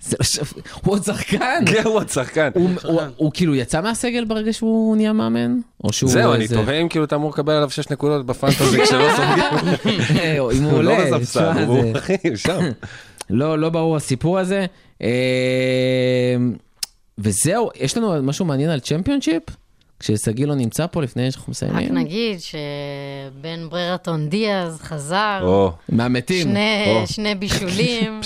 זה לא שווה. הוא עוד שחקן. כן, הוא השחקן. הוא- הוא- הוא כאילו יצא מהסגל ברגע שהוא נהיה מאמן? או שהוא זהו, אני איזה- תוהה אם כאילו אתה אמור לקבל עליו 6 נקודות בפנטזי כשלא סופגים. (laughs) אה, או אם הוא הוא לא עולה. בספסל, תשמע, הוא זה- אחי, הוא שם. לא, לא ברור הסיפור הזה. אה, וזהו, יש לנו משהו מעניין על צ'מפיונשיפ? כששגיא לא נמצא פה לפני שאנחנו רק מסיימים? נגיד שבן בררטון דיאז חזר, או, מהמתים. שני- או. (laughs) שני בישולים,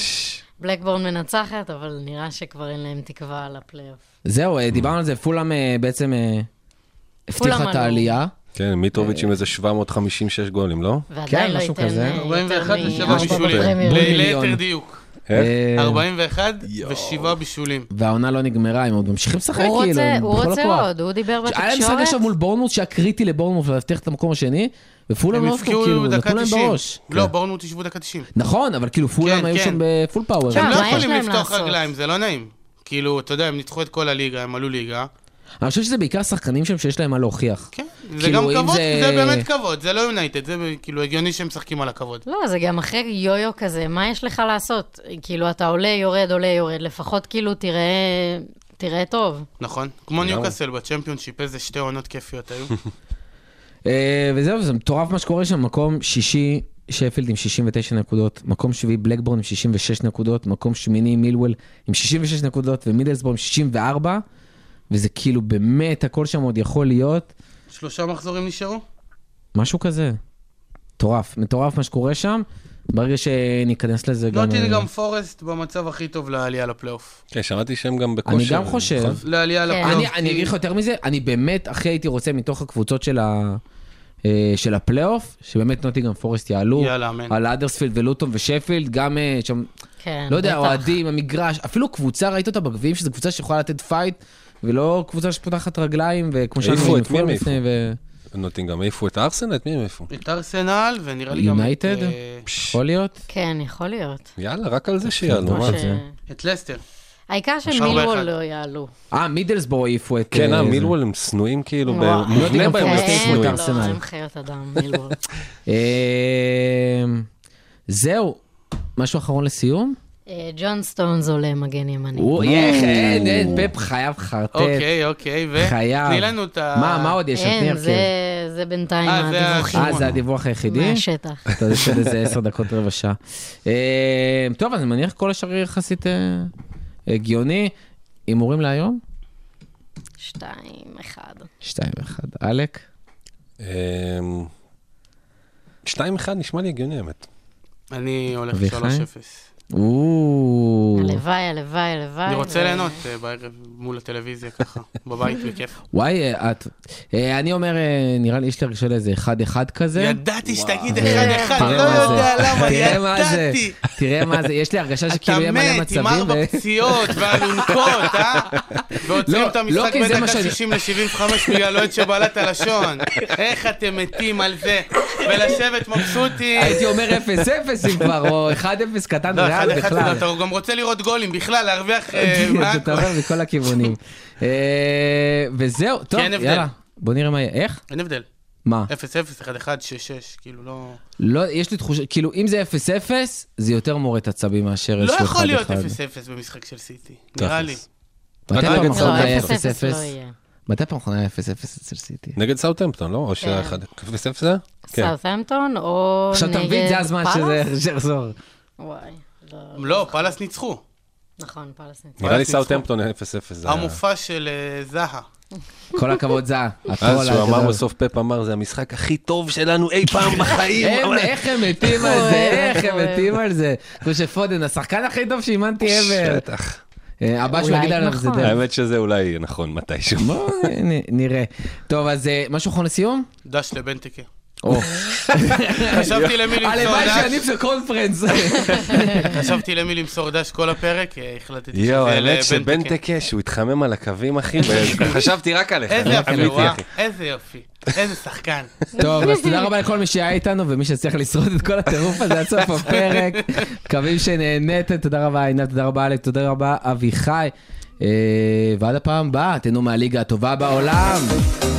בלקבורן מנצחת, אבל נראה שכבר אין להם תקווה על הפלייאוף. זהו, אה, דיברנו על זה, פולאם אה, בעצם אה, הבטיחה עלו. את העלייה. כן, מיטרוביץ' עם איזה 756 גולים, לא? ועדיין כן, לא משהו ייתן כזה. אה, יותר 41 ושבע מ- ממש בישולים. בפרמייר. בול ל- ליתר מיליון. דיוק. אה, 41 ושבעה בישולים. והעונה לא נגמרה, הם עוד ממשיכים לשחק, הוא כאילו, רוצה- הם הוא בכל רוצה הכוח. עוד, הוא דיבר היה להם משחק עכשיו בתקשורת. מול בורנמוט שהיה קריטי לבורנמוט להבטיח את המקום השני, ופולאם הם לא הפכו, כאילו, הפקיעו נתנו דקה להם 90. בראש. לא, כן. בורנות ישבו דקה 90. נכון, אבל כאילו פולאם כן, היו כן. שם בפול פאוור. הם מה לא יש יכולים להם לפתוח לעשות? רגליים, זה לא נעים. כאילו, אתה יודע, הם ניצחו את כל הליגה, הם עלו ליגה. אני חושב שזה בעיקר שחקנים שם שיש להם מה להוכיח. כן, זה כאילו, גם אם כבוד, זה- זה באמת כבוד, זה לא יונייטד, זה כאילו הגיוני שהם משחקים על הכבוד. לא, זה גם אחרי יו-יו כזה, מה יש לך לעשות? כאילו, אתה עולה, יורד, עולה, יורד, לפחות כאילו תראה, תראה טוב. נכון? כמו ניוקאסל בצ'מפיונשיפ, איזה שתי עונות כיפיות (laughs) היו. אה, וזהו, זה מטורף מה שקורה שם, מקום שישי, שפילד עם 69 נקודות, מקום שביעי בלקבורן עם 66 נקודות, מקום שמיני מילוול עם 66 נקודות ומידלסבורג עם 64, וזה כאילו באמת, הכל שם עוד יכול להיות שלושה מחזורים נשארו? משהו כזה. מטורף, מטורף מה שקורה שם, ברגע שניכנס לזה גם... נוטין אה, לא, גם פורסט במצב הכי טוב לעלייה לפלייאוף. כן, שמעתי שהם גם בכושר. אני גם חושב, נכון? לעלייה כן. לפלייאוף. אני, אני אגיד לך יותר מזה, אני באמת הכי הייתי רוצה מתוך הקבוצות של, ה, אה, של הפלייאוף, שבאמת נוטיגרם פורסט יעלו, יאללה, אמן. על אדרספילד ולוטון ושפילד, גם אה, שם, כן, לא יודע, בטח. אוהדים, המגרש, אפילו קבוצה, ראית אותה בגביעים, שזו קבוצה שיכולה לתת פייט, ולא קבוצה שפותחת רגליים, וכמו העיפו שאמרנו, את מי הם לפני, ו... נוטינגאם, העיפו נכון? את ארסנל? את מי הם העיפו? את ארסנל, ונראה לי גם את, יונייטד? אה, יכול להיות? כן, יכול להיות. יאללה, רק על זה שיעלו, כמו מה? ש- זה? את לסטר. העיקר השאר שמילוול באחד. לא יעלו. אה, מידלסבורג העיפו את... כן, אה, אה, זה. מילוול הם שנואים לא, כאילו, וואו. ב- מובנה נוטינגהאם בהם פורסט הם העיפו את כן, שנואים. ארסנל. לא, הם חיות אדם, מילוול. אה, זהו, משהו אחרון לסיום? Mm. אה, ג'ון סטונס עולה מגן ימני. הוא, איך, אין, אין, פפ חייב חרטט. אוקיי, אוקיי, ו... חייב. תני לנו את ה... מה, מה עוד יש? נתני אין, הרכב. כן, זה- זה בינתיים אה, זה הדיווחים אה, זה הדיווח היחידי? מהשטח. אתה יודע, יש עוד איזה עשר דקות רבע שעה. אה, טוב, אז אני מניח כל השאר יהיה יחסית אה, הגיוני. הימורים להיום? שתיים, אחד. 2-1. עלק? אמ, 2-1 נשמע לי הגיוני, האמת. אני הולך אביחי? 3-0. או, הלוואי, הלוואי, הלוואי. אני רוצה ו- ליהנות אה, בערב מול הטלוויזיה ככה, בבית בכיף. וואי, אה, את... אה, אני אומר, אה, נראה לי יש לי הראשון איזה 1-1 כזה. ידעתי שתגיד אה, אחד-אחד, תראה לא מה זה. יודע למה, תראה מה זה. ידעתי. תראה מה זה, יש לי הרגשה שכאילו כאילו, יהיה מלא מצבים. אה, אתה מת עם ו- ארבע פציעות ואלונקות, אה? ועוצרים לא, את המשחק לא, כי זה מה שאני- בדקה 60 ל-75 בגלל אוהד שבלט הלשון. איך אתם מתים על זה? ולשבת מבסוטים. הייתי אומר 0-0 אם כבר, או 1-0 קטן, לא, אחד ריאל אחד, בכלל. אתה גם רוצה לראות גולים בכלל, להרוויח (laughs) אה, בדיוק, מה- אתה עובר מכל הכיוונים. אה, וזהו, טוב, אין הבדל. יאללה, בוא נראה מה יהיה. איך? אין הבדל. מה? 0 0 1 1 6 6 כאילו לא... לא, יש לי תחושה, כאילו, אם זה 0-0, זה יותר מורט עצבים מאשר לא יש לו 1-1. יכול להיות 0 0 במשחק של סיטי, נראה לי. מתי רק פעם נגד אחרונה סאוטהמפטון. היה לא, 0-0? אפס אפס לא יהיה. מתי פעם אחרונה היה 0-0 אצל סיטי? נגד סאוטהמפטון, לא? או שהיה 1-0 זה? כן. סאות'המפטון או עכשיו אתה מבין, נגד זה הזמן (laughs) פאלאס? שזה שיחזור. וואי, לא. לא, פאלאס ניצחו. נכון, פאלאס ניצח. נראה לי ניצחו. סאוטהמפטון 0-0 זה היה. המופע של אה, זהה. כל הכבוד, זה אז הכל שהוא אמר הגדול. בסוף, פאפ אמר, זה המשחק הכי טוב שלנו אי פעם בחיים. הם, איך הם מתים על זה, אוי, איך הם אוי. מתים על זה. כמו שפודן, השחקן הכי טוב שאימנתי ever. בטח. אה, הבא שהוא אולי יגיד עליו זה נכון. דרך. האמת שזה אולי נכון מתישהו. בואו נ- נראה. טוב, אז אה, משהו אחרון לסיום? דש (laughs) לבנטקה. או. חשבתי למי למסור הלוואי שאני דש, זה קונפרנס. חשבתי למי למסור דש כל הפרק, אה, החלטתי יואו, האמת שזה שבן לבנטקה. תקש, הוא התחמם על הקווים, אחי, (laughs) ו- חשבתי רק עליך. איזה אני- לא יופי, אמיתי, וואה, אחי. איזה יופי, איזה שחקן. טוב, אז תודה רבה לכל מי שהיה איתנו ומי שהצליח לשרוד את כל הטירוף הזה עד סוף הפרק. מקווים שנהניתם, תודה רבה עינת, תודה רבה אלק, תודה רבה אביחי. אה, ועד הפעם הבאה, תהנו מהליגה הטובה בעולם.